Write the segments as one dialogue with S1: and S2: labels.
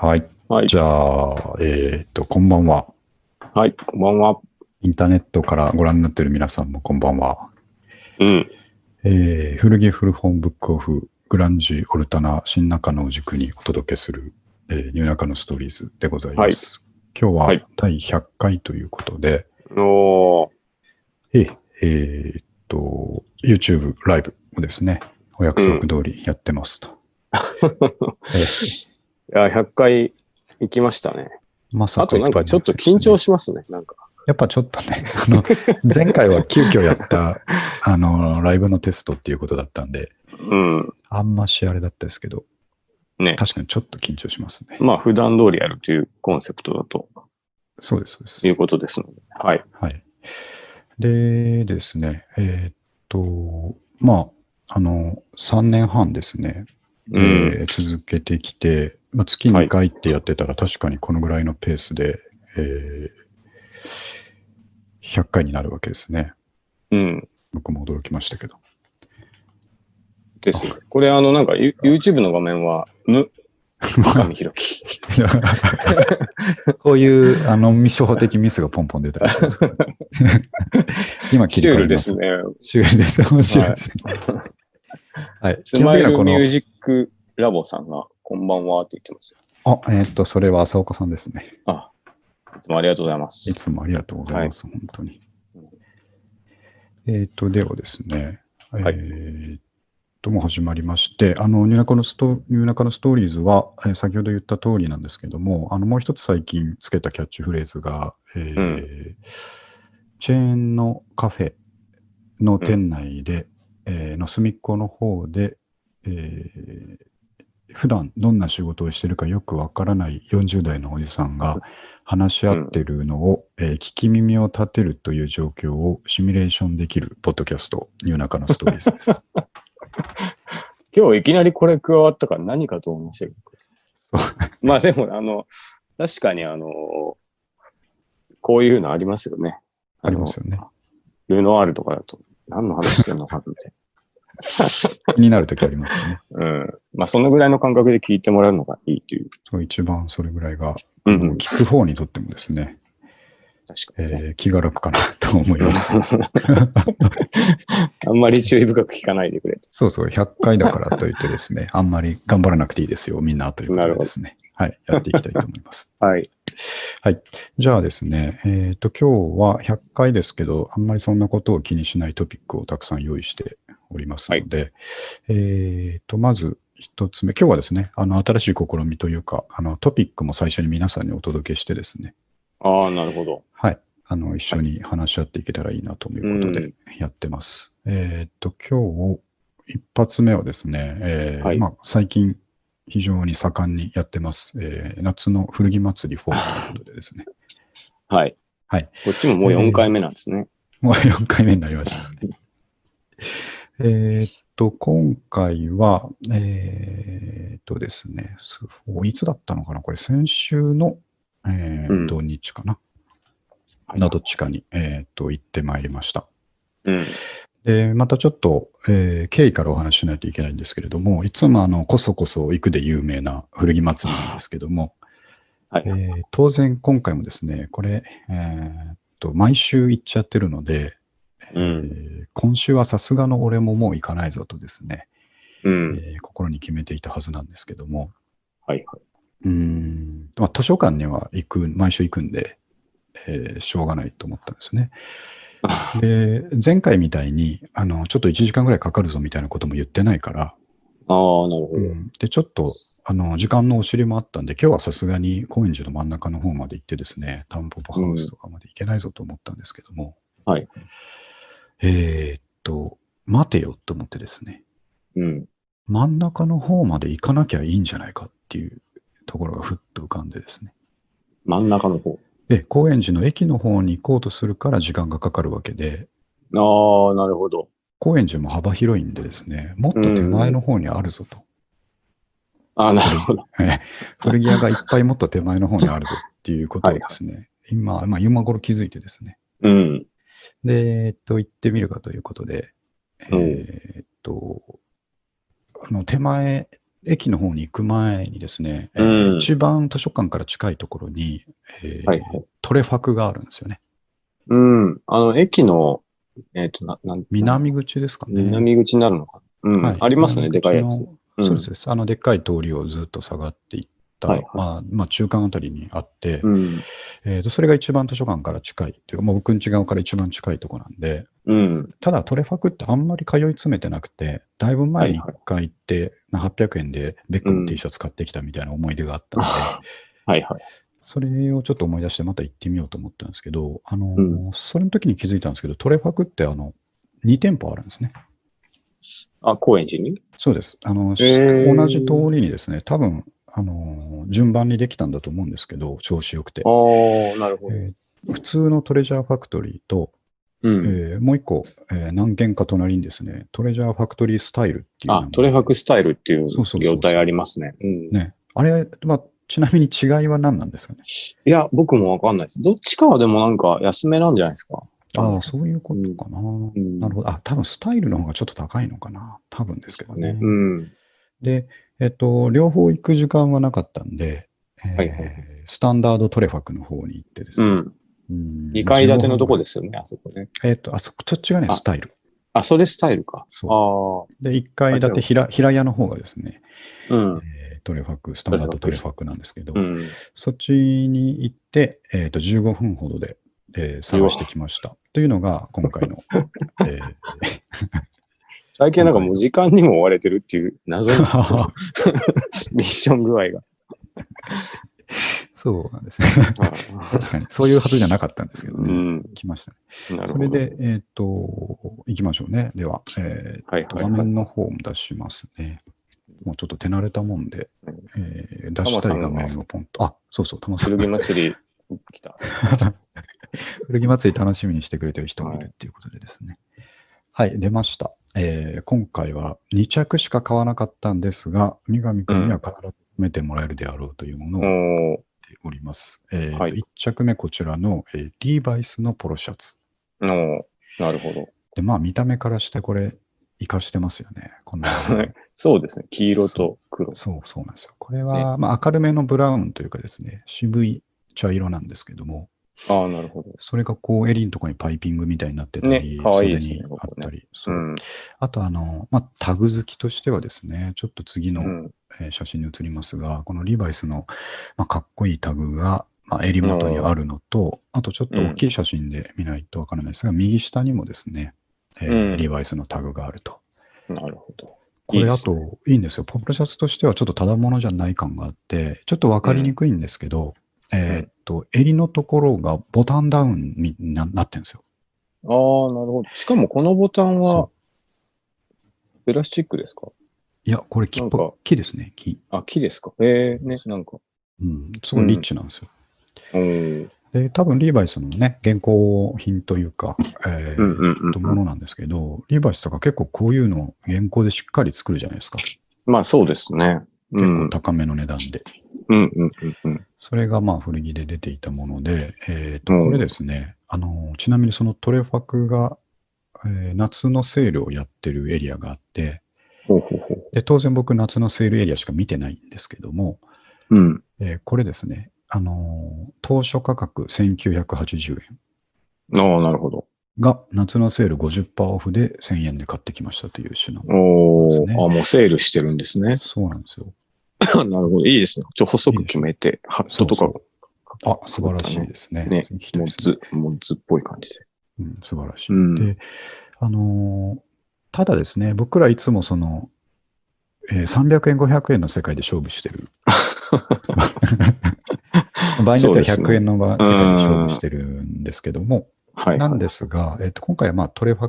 S1: はい
S2: じゃあ、えーっと、こんばんは。
S1: はい、こんばんは。
S2: インターネットからご覧になっている皆さんもこんばんは。
S1: うん。
S2: えー、古着古本ブックオフ、グランジオルタナ、新中野を軸にお届けする、えーニュー中野ストーリーズでございます。今日
S1: は
S2: はい第100回ということで、
S1: おー。
S2: えーえーっと、YouTube ライブをですね、お約束通りやってますと。えー
S1: いや、100回行きましたね。
S2: まさ
S1: あとなんかちょっと緊張しますね。なんか。
S2: やっぱちょっとね、あの、前回は急遽やった、あの、ライブのテストっていうことだったんで、
S1: うん。
S2: あんましあれだったですけど、
S1: ね。
S2: 確かにちょっと緊張しますね。
S1: まあ、普段通りやるというコンセプトだと
S2: そうです、そう
S1: い
S2: で
S1: う
S2: す。
S1: ことですので。はい。
S2: はい。でですね、えーっと、まあ、あの、3年半ですね、え
S1: うん。
S2: ー続けてきて、まあ、月2回ってやってたら、確かにこのぐらいのペースで、えー100回になるわけですね。
S1: うん。
S2: 僕も驚きましたけ ど。
S1: ですね。これ、あの、なんか、ユ YouTube の画面は、む、上弘樹。
S2: こういう、あの、未処方的ミスがポンポン出たりしますから、 ね、今切
S1: シ
S2: り替
S1: ュー
S2: わ
S1: ル
S2: り
S1: で
S2: ますす。
S1: ね。
S2: シュールです。面白いですね。はい。
S1: ス
S2: 基本
S1: マ
S2: 的に
S1: イ
S2: は
S1: ル
S2: こ
S1: ミ
S2: の
S1: ュー、ジックラボさんが、こんばんはって言ってますよ。
S2: あ、えーっと、それは浅岡さんですね。
S1: あ、いつもありがとうございま
S2: い
S1: す。
S2: つもありがとうございます、本当に。えーっと、ではですね、え
S1: はい
S2: ーっと、もう始まりまして、あの、ニューナカのストニューナカのストーリーズは、えー先ほど言った通りなんですけども、あの、もう一つ最近つけたキャッチフレーズが、えー
S1: うん
S2: チェーンのカフェの店内で、えーの隅っこの方で、えー普段どんな仕事をしてるかよくわからない40代のおじさんが話し合ってるのを、えー聞き耳を立てるという状況をシミュレーションできるポッドキャスト、ニューナカのストーリーズです。
S1: 今日いきなりこれ加わったから何かと思いましたけど
S2: そ。
S1: まあでも、あの、確かにあの、こういうのありますよね。
S2: ありますよね。
S1: ルノワールとかだと、何の話してんのかみたい
S2: 気になるときありますよね。
S1: な。うん。まあそのぐらいの感覚で聞いてもらうのがいいという。
S2: そう一番それぐらいが、
S1: う。
S2: もうん聞く方にとってもですね、
S1: 確かにね、
S2: えー気が楽かなと思います。
S1: あんまり注意深く聞かないでくれと。
S2: そうそう、100回だからといってですね、あんまり頑張らなくていいですよ、みんなというこ
S1: な
S2: と
S1: る
S2: で
S1: ほど
S2: ですね。はい、やっていきたいと思います。
S1: はい。
S2: じゃあですね、えっ、と、今日は100回ですけど、あんまりそんなことを気にしないトピックをたくさん用意しておりますので、えっと、まず一つ目、今日はですね、あの、新しい試みというか、あの、トピックも最初に皆さんにお届けしてですね、
S1: ああ、なるほど。
S2: はい、あの、一緒に話し合っていけたらいいなということ
S1: う
S2: で
S1: ん
S2: やってます。えっと、今日、一発目はですね、えー
S1: はい
S2: まあ、最近、非常に盛んにやってます、えー夏の古着祭り4ということでですね、
S1: はい。
S2: はい。
S1: こっちももう4回目なんですね。
S2: もう4回目になりましたね。 えーっと、今回は、えーっとですね、すおいつだったのかなこれ、先週の、えー
S1: うん
S2: 土日かな、のどっちかに、えーっと、行ってまいりました。
S1: うん。
S2: で、またちょっと、えー経緯からお話ししないといけないんですけれども、いつもあの、こそこそ行くで有名な古着祭りなんですけども、
S1: はい
S2: え。ー当然今回もですね、これ、えーっと、毎週行っちゃってるので、
S1: うん。
S2: えー今週はさすがの俺ももう行かないぞとですね、
S1: うん。
S2: えー心に決めていたはずなんですけども、
S1: はい。
S2: うーん、まあ、図書館には行く、毎週行くんで、えーしょうがないと思ったんです ね。で、前回みたいに、あの、ちょっと1時間ぐらいかかるぞみたいなことも言ってないから、
S1: ああ、なるほど。
S2: で、ちょっと、あの、時間のお尻もあったんで、今日はさすがに高円寺の真ん中の方まで行ってですね、タンポポハウスとかまで行けないぞと思ったんですけども、
S1: うんはい。
S2: えーっと、待てよと思ってですね、
S1: うん。
S2: 真ん中の方まで行かなきゃいいんじゃないかっていうところがふっと浮かんでですね。
S1: 真ん中の方。
S2: で、高円寺の駅の方に行こうとするから時間がかかるわけで、
S1: ああ、なるほど。
S2: 高円寺も幅広いんでですね、もっと手前の方にあるぞと。
S1: ああ、なるほど。
S2: 古着屋がいっぱいもっと手前の方にあるぞっていうことをですね、今、まあ、今頃気づいてですね。
S1: うん。
S2: で、えっと、行ってみるかということで、
S1: うん
S2: えーっと、あの、手前駅の方に行く前にですね、え
S1: うん
S2: ー一番図書館から近いところに、えー
S1: はいはい。
S2: トレファクがあるんですよね。
S1: うん。あの、駅の、えっ、と、な、なん、
S2: 南口ですかね。
S1: 南口になるのかな。うん。
S2: はい
S1: ありますね、で
S2: 南
S1: か
S2: 口の
S1: いやつ。うん
S2: そうですです。あの、でっかい通りをずっと下がっていった、
S1: はいはい
S2: まあ、まあ、中間あたりにあって、
S1: うん。
S2: えーとそれが一番図書館から近いというか、もう僕んち側から一番近いところなんで、
S1: うん。
S2: ただトレファクってあんまり通い詰めてなくて、だいぶ前に一
S1: はいは
S2: 回行って、な800円でベック
S1: う
S2: の
S1: ん
S2: T シャツ買ってきたみたいな思い出があったので、
S1: はいはい。
S2: それをちょっと思い出してまた行ってみようと思ったんですけど、あのー
S1: う
S2: それの時に気づいたんですけど、トレファクってあの、2店舗あるんですね。
S1: あ、高円寺に
S2: そうです。あの、
S1: へー
S2: 同じ通りにですね、多分、あのー、順番にできたんだと思うんですけど、調子よくて
S1: あ。あ、なるほど。
S2: えー普通のトレジャーファクトリーと、
S1: うん。
S2: えーもう一個、えー何軒か隣にですね、トレジャーファクトリースタイルっていうのが
S1: あ、トレファクスタイルっていう
S2: そうそうそう
S1: 業態ありますね。うん。
S2: ね。あれ、まあ、ちなみに違いは何なんですかね。
S1: いや、僕もわかんないです。どっちかはでもなんか安めなんじゃないですか。
S2: ああ、そういうことかな。
S1: うん。
S2: なるほど。あ、多分スタイルの方がちょっと高いのかな。多分ですけどね。
S1: うん。
S2: で、えっと、両方行く時間はなかったんで、えー
S1: はいはいはい
S2: スタンダードトレファクの方に行ってです
S1: う
S2: ね。
S1: ん。
S2: うん
S1: 2階建てのとこ
S2: で
S1: ですよね、あそこね。
S2: えっと、あそこ、そっちがね、
S1: あ
S2: スタイル。
S1: あ、それスタイルか。あ
S2: そ
S1: あ。
S2: う。で、1階建て平平屋の方がですね、
S1: うん。
S2: えートレファク、スタンダードトレファクなんですけど、
S1: うん。
S2: そっちに行って、えっと、15分ほどで、えー探してきました。というのが、今回 の、えー
S1: 最近はなんかもう時間にも追われてるっていう謎 のミッション具合が。
S2: そうなんですね。 確かに、そういうはずじゃなかったんですけど
S1: う
S2: ね。
S1: ん。
S2: 来ましたね。
S1: なる
S2: そ
S1: ほど
S2: れ。で、えっ、と、行きましょうね。では、えー
S1: はいはい
S2: 画
S1: はい。
S2: 面の方も出しますね。もうちょっと手慣れたもんで、えー出したい画面をポンと。あ、そうそう、玉さん
S1: 剣祭り来た。
S2: 古着祭り楽しみにしてくれてる人もいるっていうことでですね。はい、出ました。えー今回は2着しか買わなかったんですが、三上君には必ずめてもらえるであろうというものを
S1: お
S2: 持っ
S1: ー
S2: ております。えー
S1: はい
S2: 1着目、こちらの、えーリーバイスのポロシャツ。
S1: おーなるほど。
S2: で、まあ、見た目からしてこれ、活かしてますよね。こんな
S1: はいそうですね。黄色と黒。
S2: そうそうなんですよ。これは、まあ、明るめのブラウンというかですね、渋い茶色なんですけども、
S1: ああ、なるほど。
S2: それがこう、襟のところにパイピングみたいになってたり、
S1: ね可愛いですね。
S2: 袖にあったり、そううんあと、あの、まあ、タグ好きとしてはですね、ちょっと次の、
S1: うん
S2: えー写真に移りますが、このリバイスの、まあ、かっこいいタグが、まあ、襟元にあるのと、あとちょっと大きい写真で見ないとわからないですが、右下にもですね、えー
S1: うん
S2: リバイスのタグがあると。
S1: なるほど。
S2: こ
S1: いい
S2: れ
S1: で
S2: あ
S1: すね
S2: と、いいんですよ。ポップシャツとしてはちょっとただものじゃない感があって、ちょっとわかりにくいんですけど、えーっと、襟のところがボタンダウンにななってるんですよ。
S1: ああ、なるほど。しかもこのボタンは
S2: そ
S1: プラスチックですか
S2: いや、これ木っぽ
S1: なんか
S2: 木ですね、木。
S1: あ、木ですかええね、なんか。
S2: うん、すごいリッチなんですよ。
S1: うん。
S2: で、多分リーバイスのね、現行品というか、えー
S1: うんうんうん
S2: とものなんですけど、リーバイスとか結構こういうのを現行でしっかり作るじゃないですか。結
S1: まあそうですね。うん。う
S2: 構
S1: ん
S2: 高めの値段で。
S1: うんうんうん。
S2: それがまあ古着で出ていたもので、えー
S1: う
S2: と
S1: ん
S2: これですね、あのちなみにそのトレファクが、えー夏のセールをやってるエリアがあって
S1: ほうほうほう。
S2: で、当然僕夏のセールエリアしか見てないんですけども、
S1: うん。
S2: えーこれですね、あの当初価格1980円
S1: ああ、なるほど。
S2: が夏のセール50%オフで1000円で買ってきましたという品。
S1: お
S2: そう
S1: お、
S2: ですね
S1: あ、もうセールしてるんです ね。
S2: そうなんですよ。
S1: なるほど。いいですね。ちょ、細く決めて、ハットとか
S2: そうそうあ、素晴らしいですね。
S1: ね
S2: 行きたい
S1: モ
S2: ですね
S1: ッズ、モッズっぽい感じで。
S2: うん、素晴らしい。
S1: うん
S2: で、あのーただですね、僕らいつもその、えー300円、500円の世界で勝負して る。場合によっては100円の場世界で勝負してるんですけども、
S1: はい。
S2: なんですが、えっと今回はまあトレファ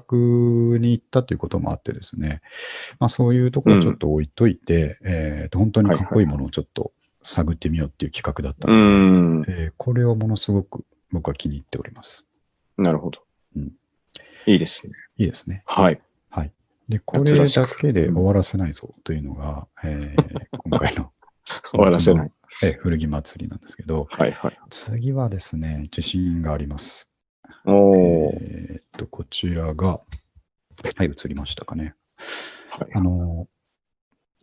S2: クに行ったということもあってですね、まあ、そういうところをちょっと置いといて、えっと本当にかっこいいものをちょっと探ってみようっていう企画だった
S1: う
S2: ので、
S1: ん。
S2: えーこれをものすごく僕は気に入っております。
S1: なるほど
S2: うん。
S1: いいですね。
S2: いいですね。
S1: はい。
S2: で、これだけで終わらせないぞというのが、え ー今回の
S1: 終わらせない。
S2: えー古着祭りなんですけど、
S1: はいはい。
S2: 次はですね、自信があります。え
S1: おお。
S2: ーっと、こちらが、はい、映りましたかね。
S1: はい
S2: あの、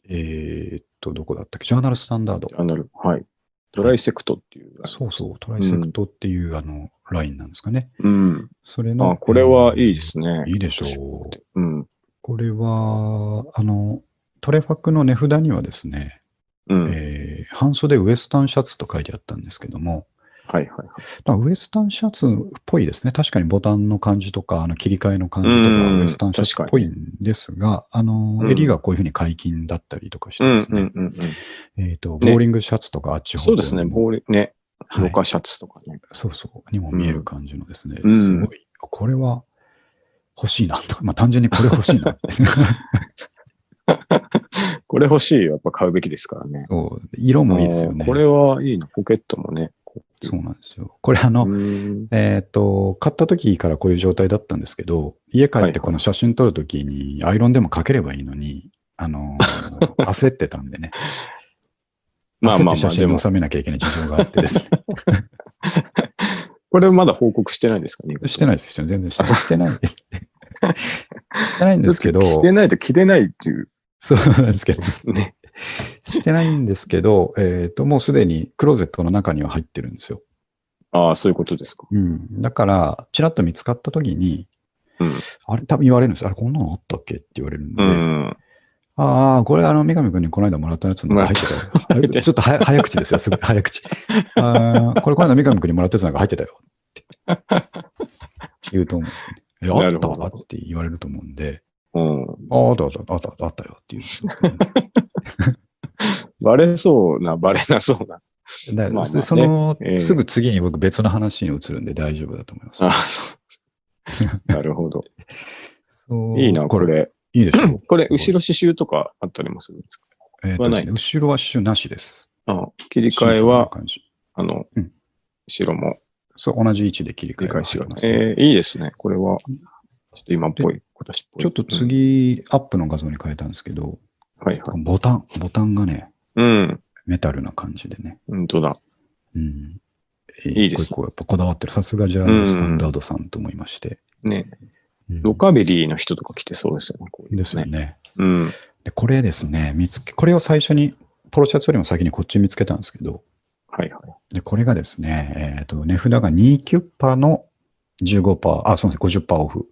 S2: えーっと、どこだったっけジャーナルスタンダード。
S1: あなる。はい。トライセクトっていう。
S2: そうそう、トライセクトっていう、あの、ラインなんですかね。
S1: うん。
S2: それの。
S1: あ、これはいいですね
S2: えー。いいでしょう。
S1: うん。
S2: これは、あの、トレファクの値札にはですね、
S1: うん。はい
S2: えー半袖ウエスタンシャツと書いてあったんですけども、
S1: はいはい。
S2: まあ、ウエスタンシャツっぽいですね。確かにボタンの感じとか、あの切り替えの感じと
S1: うん
S2: か、
S1: うん
S2: ウエスタンシャツっぽいんですが、あの、
S1: うん
S2: 襟がこういうふうに解禁だったりとかし
S1: う
S2: て
S1: ん
S2: です
S1: う
S2: ね、
S1: んうんうん。
S2: えっ、と、ボーリングシャツとかあっち方向
S1: そう
S2: に
S1: ですね。ボール、ね。
S2: はい
S1: ロカシャツとかね。
S2: そうそう、にも見える感じのですね、
S1: うん
S2: すごい、これは欲しいなと、まあ単純にこれ欲しいな って。
S1: これ欲しい。やっぱ買うべきですからね。
S2: そう色もいいですよ
S1: あ
S2: ね。
S1: ーこれはいいな。ポケットもね。こう
S2: そうなんですよ。これあの、
S1: うん
S2: えっ、と、買った時からこういう状態だったんですけど、家帰ってこの写真撮る時にアイロンでもかければいいのに、あの ー焦ってたんでね。
S1: まあ
S2: 焦っ
S1: まあ
S2: て写
S1: まあ、で
S2: 真
S1: も
S2: に、収めなきゃいけない事情があってですね。
S1: これまだ報告してないんですかね。
S2: してないですよ。全然してない。してない。してないん
S1: い
S2: ですけど、
S1: してないと着れないっていう。
S2: そうなんですけど、
S1: ね。
S2: してないんですけど、えっ、と、もうすでにクローゼットの中には入ってるんですよ。
S1: ああ、そういうことですか。
S2: うん。だから、ちらっと見つかった時に、
S1: うん
S2: あれ、多分言われるんですあれ、こんなのあったっけって言われるんで、
S1: うん。
S2: ああ、これあの、三上くんにこの間もらったやつの中入 ってたよ
S1: もらった
S2: ちょっとは早口ですよ、すごい早口。あーこれこの間三上くんにもらったやつの中入ってたよって言うと思うんですよね。え
S1: な
S2: あっ
S1: るほ
S2: た
S1: ど
S2: わって言われると思うんで、
S1: うん。
S2: ああ、あったあったあったあったあったよっていう。
S1: バレそうな、バレなそうな。
S2: だ
S1: まあまあね
S2: その、
S1: ええ
S2: すぐ次に僕別の話に移るんで大丈夫だと思います
S1: あ。あ、 そう。なるほど。
S2: そう
S1: いいな、こ。れ。
S2: いいでしょう。
S1: これ、
S2: す
S1: 後
S2: ごい、
S1: ろ刺繍とかあったりもするんですか
S2: えーと
S1: は
S2: で
S1: な
S2: す
S1: い
S2: ね後ろは刺繍なしです。
S1: あ切り替
S2: シン
S1: えは、
S2: プルな感じ。
S1: あの
S2: うん、
S1: 白も
S2: そう、同じ位置で切り替
S1: 理
S2: えが
S1: 解し
S2: 入
S1: よ
S2: りますね
S1: えー、いいですね。これは、ちょっと今っぽい、今年っぽい。
S2: ちょっと次、アップの画像に変えたんですけど、
S1: うん。はいはい。
S2: ボタン、ボタンがね、
S1: うん。
S2: メタルな感じでね。
S1: 本当だ。
S2: うん。
S1: いいです
S2: 一個一個やっぱこだわってる。さすがジャーナルスタンダードさんと思いまして。
S1: ね。
S2: うん
S1: ロカビリーの人とか来てそうですよね。こういうの
S2: ですよ。ね。
S1: うん。
S2: で、これですね、見つけ、これを最初に、ポロシャツよりも先にこっち見つけたんですけど、
S1: はいはい。
S2: で、これがですね、えっ、と、値札が2キュッパの15%、あ、すみません、50%オフ。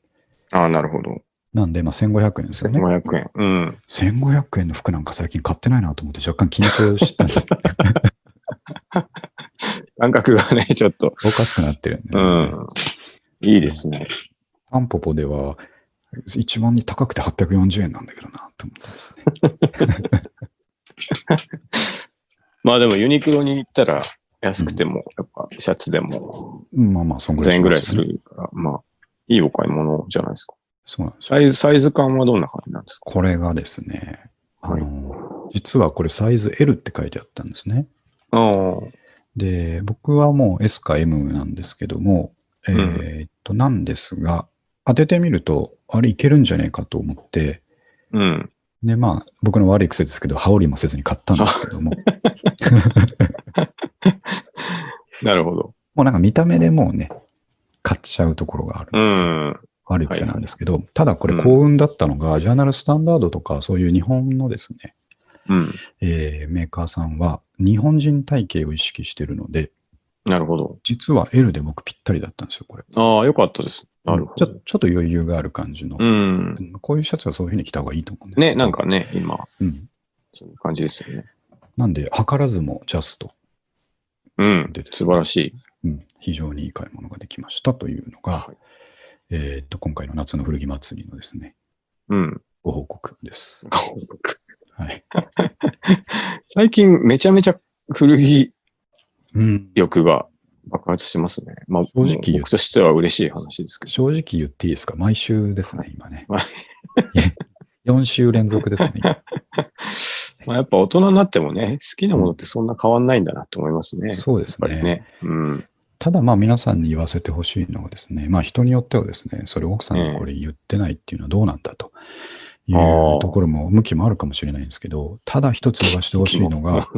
S1: ああ、なるほど。
S2: なんで、まあ、1500円ですよね。
S1: 1500円。うん。
S2: 1500円の服なんか最近買ってないなと思って若干緊張したん です。
S1: 感覚がね、 ちょっと。
S2: おかしくなってるんで、
S1: う
S2: ね。
S1: ん。いいですね。
S2: タンポポでは、一番に高くて840円なんだけどな、と思ったんですね。
S1: まあでもユニクロに行ったら安くても、やっぱシャツでも
S2: まあまあ、そんぐ
S1: 1000
S2: らいしますよね
S1: 円ぐらいす。るから、まあ、いいお買い物じゃないですか。
S2: そうなんですよ。
S1: サイズ、サイズ感はどんな感じなんですか
S2: これがですね、あ
S1: はい
S2: の、実はこれサイズ L って書いてあったんですね。
S1: ああ、
S2: で、僕はもう S か M なんですけども、えーっと、なんですが、当ててみると、あれいけるんじゃねえかと思って、
S1: うん。
S2: で、まあ、僕の悪い癖ですけど、羽織もせずに買ったんですけど も、
S1: なるほど。
S2: もうなんか見た目でもうね、買っちゃうところがある。
S1: うん。
S2: 悪い癖なんですけど、ただこれ幸運だったのが、ジャーナルスタンダードとか、そういう日本のですね、
S1: うん。
S2: えーメーカーさんは、日本人体型を意識してるので、
S1: なるほど。
S2: 実は L で僕ぴったりだったんですよ、これ。
S1: ああ、よかったです。なるほ
S2: ち
S1: ど
S2: ょ。ちょっと余裕がある感じの。
S1: うん。
S2: こういうシャツはそういうふうに着た方がいいと思うんですけど
S1: ね、なん。かね、今、
S2: うん。
S1: そういう感じですよね。
S2: なんで、図らずもジャスト。
S1: うん
S2: で。
S1: 素晴らしい。
S2: うん。非常にいい買い物ができましたというのが、
S1: はい
S2: えーっと、今回の夏の古着祭りのですね、
S1: うん。
S2: ご報告です。はい。
S1: 最近めちゃめちゃ古着
S2: うん。
S1: 欲が爆発してますね。まあ、
S2: 正直言って
S1: 僕としては嬉しい話です けど。
S2: 正直言っていいですか毎週ですね、今ね
S1: は。
S2: 4週連続ですね。今
S1: まあ、やっぱ大人になってもね、好きなものってそんな変わんないんだなと思います ね。やっ
S2: そうです
S1: ぱり
S2: ね。
S1: ね。うん。
S2: ただまあ皆さんに言わせてほしいのはですね、まあ人によってはですね、それ奥さんにこれ言ってないっていうのはどうなんだという
S1: ああ
S2: ところも、向きもあるかもしれないんですけど、ただ一つ言わせてほしいの が、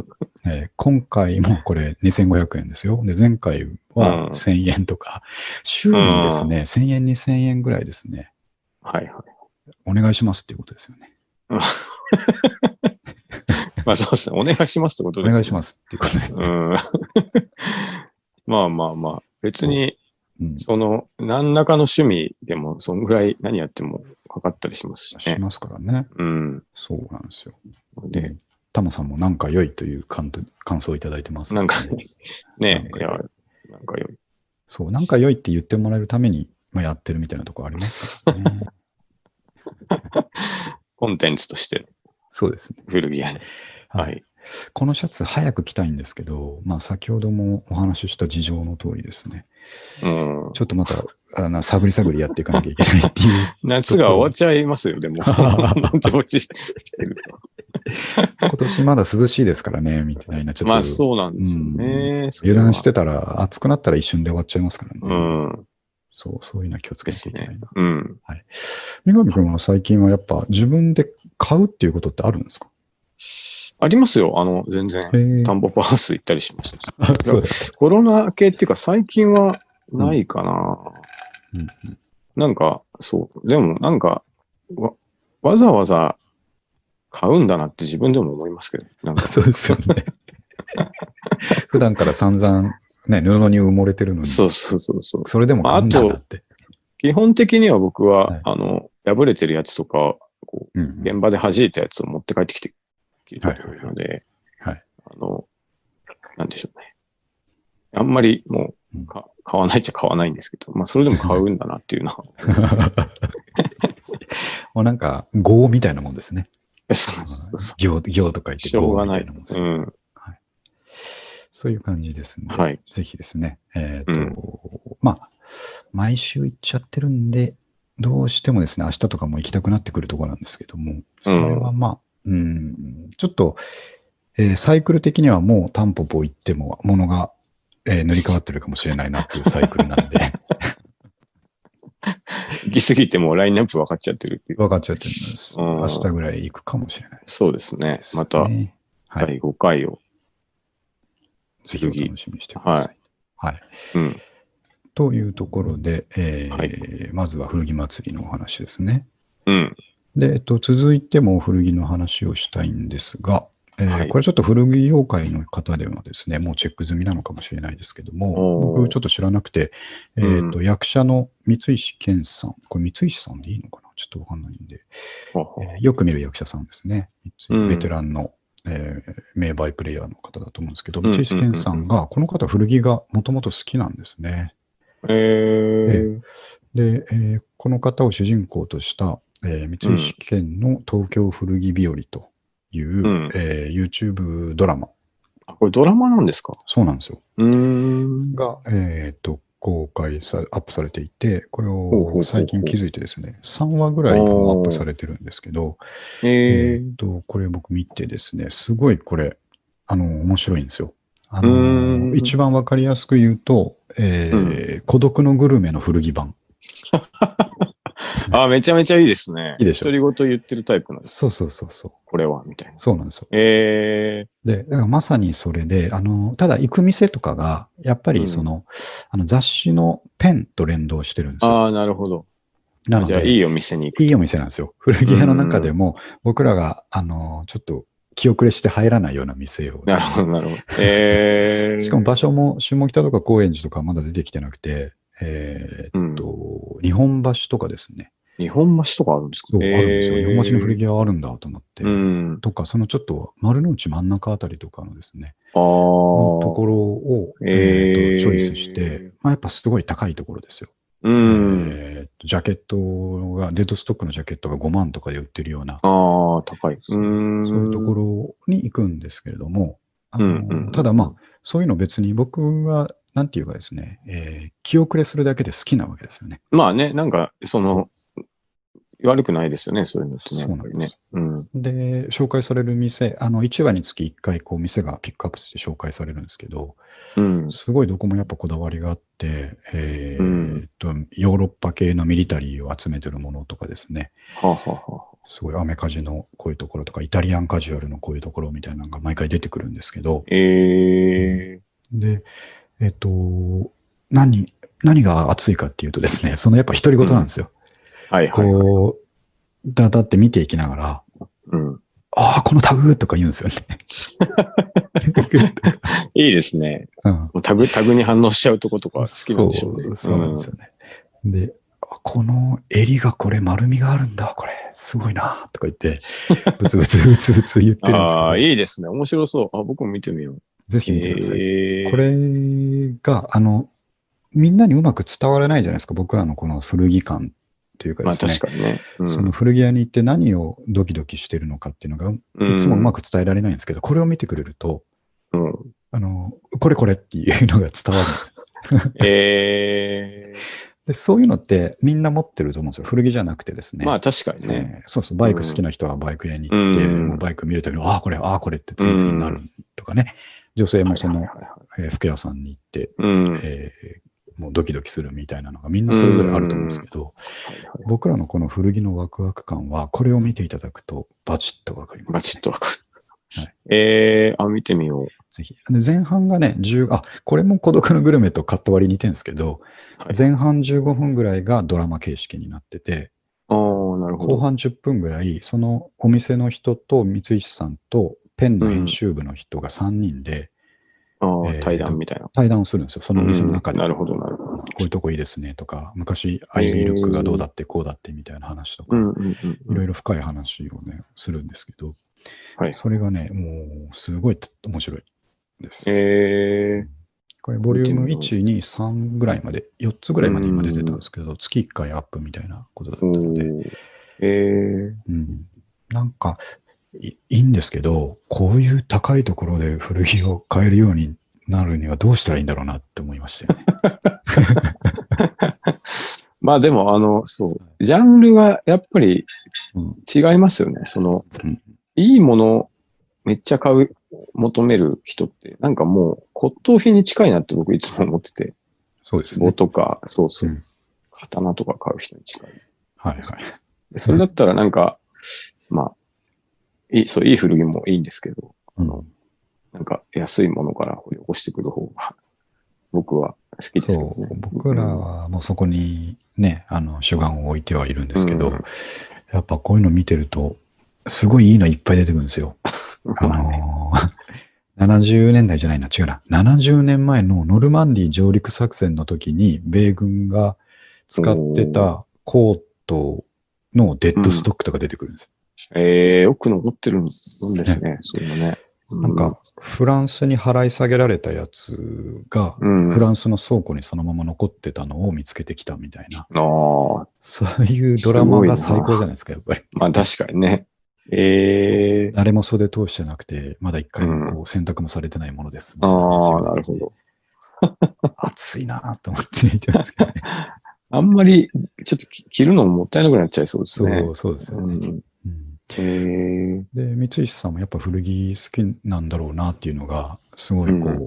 S2: えー今回もこれ2500円ですよ。で、前回
S1: うん
S2: は1000円とか、週にですね、1000円2000円ぐらいですね、
S1: はいはい。
S2: お願いしますっていうことですよね。
S1: まあそうですね。お願いしますってこと
S2: お
S1: です、ね。
S2: 願いしますっていうことで。
S1: うん まあまあまあ、別に、
S2: うん、し
S1: その、何らかの趣味でも、そんぐらい何やってもかかったりしますしね。
S2: ますからね。
S1: うん。
S2: そうなんですよ。
S1: で、、
S2: タマさんもなんか良いという感と感想をいただいてます。
S1: なんかね
S2: なん、か
S1: いや、なんかよ、
S2: そう、なんか良いって言ってもらえるために、まあ、やってるみたいなところありますから ね。
S1: コンテンツとして
S2: そうですね。
S1: 古着屋に。はい。
S2: このシャツ早く着たいんですけど、まあ、先ほどもお話しした事情の通りですね。
S1: うん。
S2: ちょっとまた、あの探り探りやっていかなきゃいけないっていう
S1: 夏が終わっちゃいます よ、でも。ぼちぼちしてると。
S2: 今年まだ涼しいですから ね、みたいな。ちょっと、
S1: まあそうなんですよね。それは
S2: 油断し。てたら、暑くなったら一瞬で終わっちゃいますからね。
S1: うん。
S2: そう、そういうのは気をつけないといけないな。
S1: うん。
S2: 三上君は最近はやっぱ自分で買うっていうことってあるんですか
S1: ありますよ、あの、全然。
S2: へえ
S1: 田んぼパース行ったりします。
S2: あそうです。
S1: コロナ系っていうか最近はないかな。
S2: うん
S1: なんか、そう。でもなんかわ、わざわざ買うんだなって自分でも思いますけど。なん か
S2: そうですよね。普段から散々、ね、布に埋もれてるのに、
S1: そうそうそうそう。
S2: それでも買うんだなって。
S1: 基本的には僕は、
S2: はい
S1: あの、破れてるやつとか、こ
S2: うん
S1: う、
S2: うん
S1: 現場で弾いたやつを持って帰ってきて着ることが多いので、
S2: はい。
S1: あの、なんでしょうね。あんまりも
S2: うん
S1: うか、買わないっちゃ買わないんですけど、まあ、それでも買うんだなっていうの は。
S2: もうなんか、業みたいなもんですね。
S1: そうそうそう。
S2: 行、行とか言って、
S1: しょう
S2: 業
S1: が
S2: み
S1: な
S2: た
S1: い
S2: いなもん。です
S1: う
S2: ね。
S1: ん。
S2: そういう感じですね。
S1: はい。
S2: ぜひですね、えっ、と、まあ、毎週行っちゃってるんで、どうしてもですね、明日とかも行きたくなってくるところなんですけども、それはまあ、うん、ちょっと、えーサイクル的にはもうタンポポ行っても、ものが、えー塗り替わってるかもしれないなっていうサイクルなんで、
S1: 行き過ぎてもうラインナップ分かっちゃってるっていう。
S2: 分かっちゃってるんです。
S1: うん
S2: 明日ぐらい行くかもしれない
S1: そうですね。
S2: です、ね。
S1: また、
S2: はい、
S1: 第5回を。
S2: ぜひお楽しみにしてください。はい。
S1: うん。
S2: というところで、えー
S1: は
S2: まずは古着祭りのお話ですね。
S1: うん。
S2: で、えっと、続いても古着の話をしたいんですが、えー
S1: はい
S2: これちょっと古着業界の方ではですね、もうチェック済みなのかもしれないですけども、
S1: おー
S2: 僕ちょっと知らなくて、えーっと
S1: う
S2: 役者の三石健さん、これ三石さんでいいのかなちょっとわかんないんで、
S1: ほうほう
S2: えーよく見る役者さんですね。三井
S1: うん
S2: ベテランの、えー名バイプレイヤーの方だと思うんですけど、
S1: うんうんうん
S2: 三
S1: うん
S2: 石健さんが、この方古着がもともと好きなんですね。
S1: えー。
S2: で、えーこの方を主人公とした、えー三石県の東京古着日和という、
S1: ん
S2: えー YouTube ドラマ、
S1: あ、これドラマなんですか
S2: そうなんですよ、
S1: うーん。
S2: が、えーと公開さ、アップされていて、これ
S1: ほうほうほ
S2: を
S1: う
S2: 最近気づいてですね、3話ぐらいもアップされてるんですけど、え
S1: えー
S2: ーと、これ僕見てですね、すごいこれ、あの、面白いんですよ。あの
S1: うーん
S2: 一番わかりやすく言うと、えー孤独のグルメの古着版。
S1: あ、めちゃめちゃいいですね。
S2: いいでしょ
S1: 独り言言ってるタイプなんです。
S2: そうそうそうそう。
S1: これは、みたいな。
S2: そうなんですよ。
S1: え
S2: で、だからまさにそれで、あの、ただ行く店とかが、やっぱ
S1: う
S2: り
S1: ん
S2: その、あの雑誌のペンと連動してるんで
S1: ー。
S2: すよ。
S1: ああ、なるほど。
S2: なの
S1: じゃあ、
S2: で、
S1: い
S2: い
S1: いお店に行く。
S2: いお店なんですよ。古着屋の中でも、僕らが、あの、ちょっと気遅れして入らないような店を、
S1: なるほど、な るほど。えー。
S2: しかも場所も下北とか高円寺とかまだ出てきてなくて、えー
S1: うん
S2: っと、日本橋とかですね。
S1: 日本橋とかあるんですか
S2: そう、あるんですよ。
S1: えー
S2: 日本橋に古着屋あるんだと思って。
S1: うん。
S2: とか、そのちょっと丸の内真ん中あたりとかのですね、
S1: ああ。
S2: のところを、
S1: あー
S2: えー
S1: えー
S2: とチョイスして、まあ、やっぱすごい高いところですよ。
S1: うん。
S2: えーとジャケットが、デッドストックのジャケットが5万とかで売ってるような、
S1: ああ、高い。う
S2: そう
S1: ーん。
S2: そういうところに行くんですけれども、あの
S1: うんうん
S2: ただまあ、そういうの別に僕は、なんていうかですね、えー気遅れするだけで好きなわけですよね。
S1: まあね、なんか、その、悪くないですよね、そういうのってね。
S2: そうなんです
S1: やっぱりね。うん。
S2: で、紹介される店、あの1話につき1回、こう、店がピックアップして紹介されるんですけど、
S1: うん。
S2: すごいどこもやっぱこだわりがあって、えー
S1: うん
S2: えっとヨーロッパ系のミリタリーを集めてるものとかですね、
S1: はあ、はあはあ、
S2: すごいアメカジのこういうところとか、イタリアンカジュアルのこういうところみたいなのが毎回出てくるんですけど、
S1: ええ
S2: で、えっ、と、何、何が熱いかっていうとですね、そのやっぱ独り言なんですよ。
S1: はいはい。
S2: こう、だだって見ていきながら、
S1: うん。
S2: ああ、このタグとか言うん ですよね。
S1: いいですね。
S2: うん、
S1: タグ、タグに反応しちゃうとことか好きなんでしょうね。
S2: そうそうなんですよね。で、あこの襟がこれ丸みがあるんだ、これ、すごいな、とか言 って、ブツブツブツブツ言って
S1: うん
S2: るんですけ
S1: あ
S2: ど
S1: あ、、いいですね。面白そう。あ、僕も見てみよう。
S2: ぜひ見てください。
S1: えー
S2: これが、あの、みんなにうまく伝わらないじゃないですか、僕らのこの古着感っていうか
S1: ま
S2: で
S1: あ
S2: すね。
S1: 確かにね。うん
S2: その古着屋に行って何をドキドキしてるのかっていうのが、いつもうまく伝えられないんですけど、これを見てくれると、
S1: うんうん
S2: あの、これこれっていうのが伝わるんですよ。
S1: え
S2: で、そういうのってみんな持ってると思うんですよ。古着じゃなくてです
S1: ー
S2: ね。
S1: まあ確かにね。
S2: えーそうそう、バイク好きな人はバイク屋に行って、
S1: うん
S2: もうバイク見るたびに、ああ、これ、ああ、これって次々になるとかね。女性もその、
S1: はいはいはいはい
S2: えー服屋さんに行って、
S1: うん。はい
S2: えーもうドキドキするみたいなのがみんなそれぞれあると思うんですけど、
S1: はい
S2: 僕らのこの古着のワクワク感は、これを見ていただくとバチッとわかります、ね。
S1: バチッとわかる。
S2: はい
S1: えー、あ、見てみよう。
S2: ぜひ。で、前半がね、10、あ、これも孤独のグルメとカット割り似てるんですけど、
S1: はい
S2: 前半15分ぐらいがドラマ形式になってて、
S1: ああ、なるほ
S2: 後
S1: ど。
S2: 半10分ぐらい、そのお店の人と三石さんとペンの編集部の人が3人で
S1: ああ
S2: えー
S1: 対談みたいな。
S2: 対談をするんですよ、そのお店の中
S1: うん
S2: で。
S1: なるほど、なるほ
S2: こ
S1: ど。
S2: ういうとこいいですねとか、昔、アイビールックがどうだってこうだってみたいな話とか、
S1: うんうんうんうん。
S2: いろいろ深い話をね、するんですけど、
S1: はい
S2: それがね、もうすごい面白いです。
S1: え
S2: これ、ボリューム
S1: 見て
S2: 1、2、3ぐらいまで、4つぐらいまで今出てたんですけど、月1回アップみたいなことだっ
S1: ー、お
S2: たので、
S1: ーえ
S2: うん、なんかい、いいんですけど、こういう高いところで古着を買えるようになるにはどうしたらいいんだろうなって思いましたよね。
S1: ー、まあでも、あの、そう、ジャンルがやっぱり
S2: うん
S1: 違いますよね。その、
S2: うん
S1: いいものめっちゃ買う、求める人って、なんかもう骨董品に近いなって僕いつも思ってて、
S2: そうです
S1: 壺
S2: ね。
S1: とか、そうそう、
S2: うん
S1: 刀とか買う人に近い。
S2: はいはい。
S1: でそれだったらなんか、まあ、いい、そう、いい古着もいいんですけど、
S2: うん
S1: のなんか安いものから掘り起こしてくる方が、僕は好きですけ
S2: そ
S1: どね
S2: う、。僕らはもうそこにね、あの、主眼を置いてはいるんですけど、
S1: うん
S2: やっぱこういうの見てると、すごいいいのいっぱい出てくるんですよ。
S1: うん、
S2: あのー 70年代じゃないな、違うな。70年前のノルマンディー上陸作戦の時に、米軍が使ってたコートのデッドストックとか出てくるんですよ。
S1: ええよく残ってるんですね、そういうのね。
S2: なんか、フランスに払い下げられたやつが、
S1: うん、
S2: フランスの倉庫にそのまま残ってたのを見つけてきたみたいな。
S1: ああ、
S2: そういうドラマが
S1: すごい
S2: 最
S1: な
S2: 高じゃないですか、やっぱり。
S1: まあ確かにね。ええ
S2: 誰も袖通してなくて、まだ一回
S1: うん
S2: もこう洗濯もされてないものです。
S1: ああ、なるほ。ど。
S2: 熱いなと思って見てますけど ね。
S1: あんまり、ちょっとき着るのももったいなくなっちゃいそうですね
S2: そ。う、そうですよ
S1: う
S2: ね。
S1: ん、
S2: うん
S1: ええ
S2: で、三石さんもやっぱ古着好きなんだろうなっていうのが、すごいこう、
S1: うん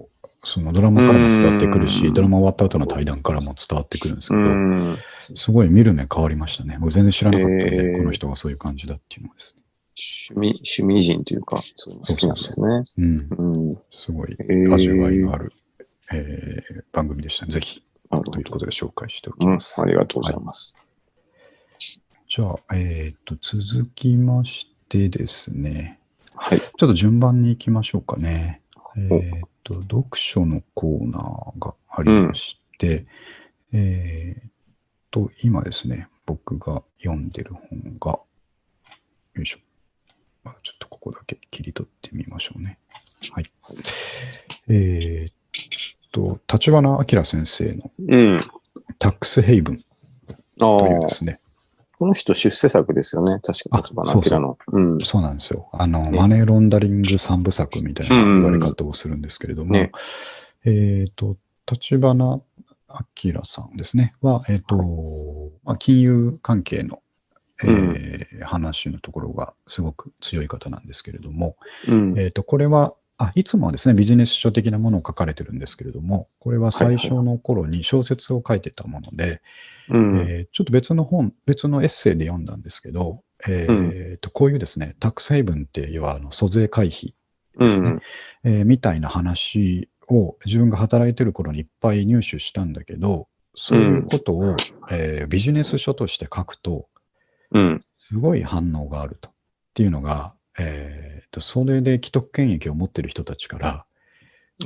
S2: そのドラマからも伝わってくるし、
S1: うん
S2: ドラマ終わった後の対談からも伝わってくるんですけ
S1: う
S2: ど、
S1: ん。
S2: すごい見る目変わりましたね。僕全然知らなかったんで、
S1: えー
S2: この人がそういう感じだっていうのがですね。
S1: 趣味、趣味人というか、そういうの好きなんですね。
S2: うん、
S1: うん。な
S2: すごい
S1: えー
S2: 味わいのある、えー番組でした、ね。ぜひ、
S1: るほ
S2: という
S1: ど。
S2: ことで紹介しておき
S1: うん、
S2: ます。
S1: ありがとうございます。
S2: じゃあ、えっ、と、続きましてですね、
S1: はい。
S2: ちょっと順番に行きましょうかね。えっ、と、読書のコーナーがありまして、えっ、と、今ですね、僕が読んでる本が、よいしょ。まあ、ちょっとここだけ切り取ってみましょうね。はい。えっ、と、立花明先生の
S1: うん。
S2: タックスヘイブン
S1: ああ、
S2: というですね、
S1: この人出世作ですよね。確
S2: あ
S1: か、立花明の。うん。
S2: そうなんですよ。あの、
S1: ね
S2: マネーロンダリング三部作みたいな
S1: うん
S2: 言われ方をするんですけれども、
S1: ね
S2: えっ、と、立花明さんですね、は、えっ、と、まあ、金融関係の、えー話のところがすごく強い方なんですけれども、
S1: うん。
S2: えっ、と、これは、あいつもはですね、ビジネス書的なものを書かれてるんですけれども、これは最初の頃に小説を書いてたもので、
S1: うん。
S2: えーちょっと別の本、別のエッセイで読んだんですけど、えーとこういうですね、タックスヘイブンっていうあの租税回避、
S1: う
S2: ですね
S1: ん。
S2: えーみたいな話を自分が働いてる頃にいっぱい入手したんだけど、そういうことを、えービジネス書として書くと、
S1: うん。
S2: すごい反応があると。っていうのが、えーと、それで既得権益を持ってる人たちから、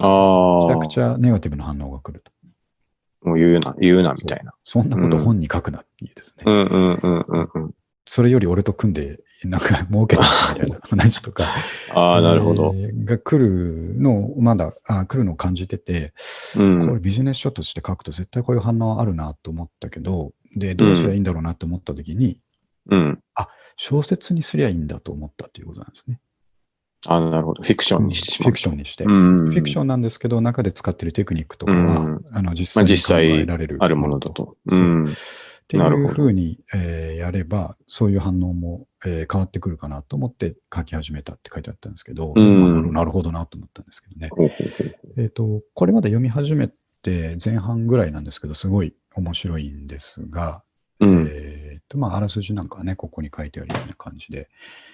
S1: ああ、
S2: めちゃくちゃネガティブな反応が来ると。
S1: もう言うな、言うな、みたいな。
S2: そんなこと本に書くなっていうですね。
S1: うんうんうんうんうん。
S2: それより俺と組んで、なんか儲けたみたいな話とか、
S1: ああ、なるほど。
S2: えーが来るのをまだあ来るのを感じてて、
S1: うん
S2: これビジネス書として書くと絶対こういう反応あるなと思ったけど、で、どうすりゃいいんだろうなと思った時に、
S1: うん。
S2: 小説にすりゃいいんだと思ったということなんですね。
S1: ああ、なるほど。フィクションにしてしま
S2: フ
S1: う
S2: ィク。ションにして。
S1: フ
S2: フィクションなんですけど、中で使ってるテクニックとかは、
S1: うん
S2: あの実際
S1: まあ
S2: に
S1: 実際
S2: 考えられる
S1: あるものだと。う。
S2: そうんってい
S1: なる
S2: う
S1: ほど
S2: ふうに、えーやれば、そういう反応も、えー変わってくるかなと思って書き始めたって書いてあったんですけど、
S1: うん
S2: なるなるほどなと思ったんですけどね。
S1: ほうほうほう
S2: えっ、と、これまで読み始めて前半ぐらいなんですけど、すごい面白いんですが、
S1: うん。
S2: えっ、と、まあ、あらすじなんかはね、ここに書いてあるような感じで、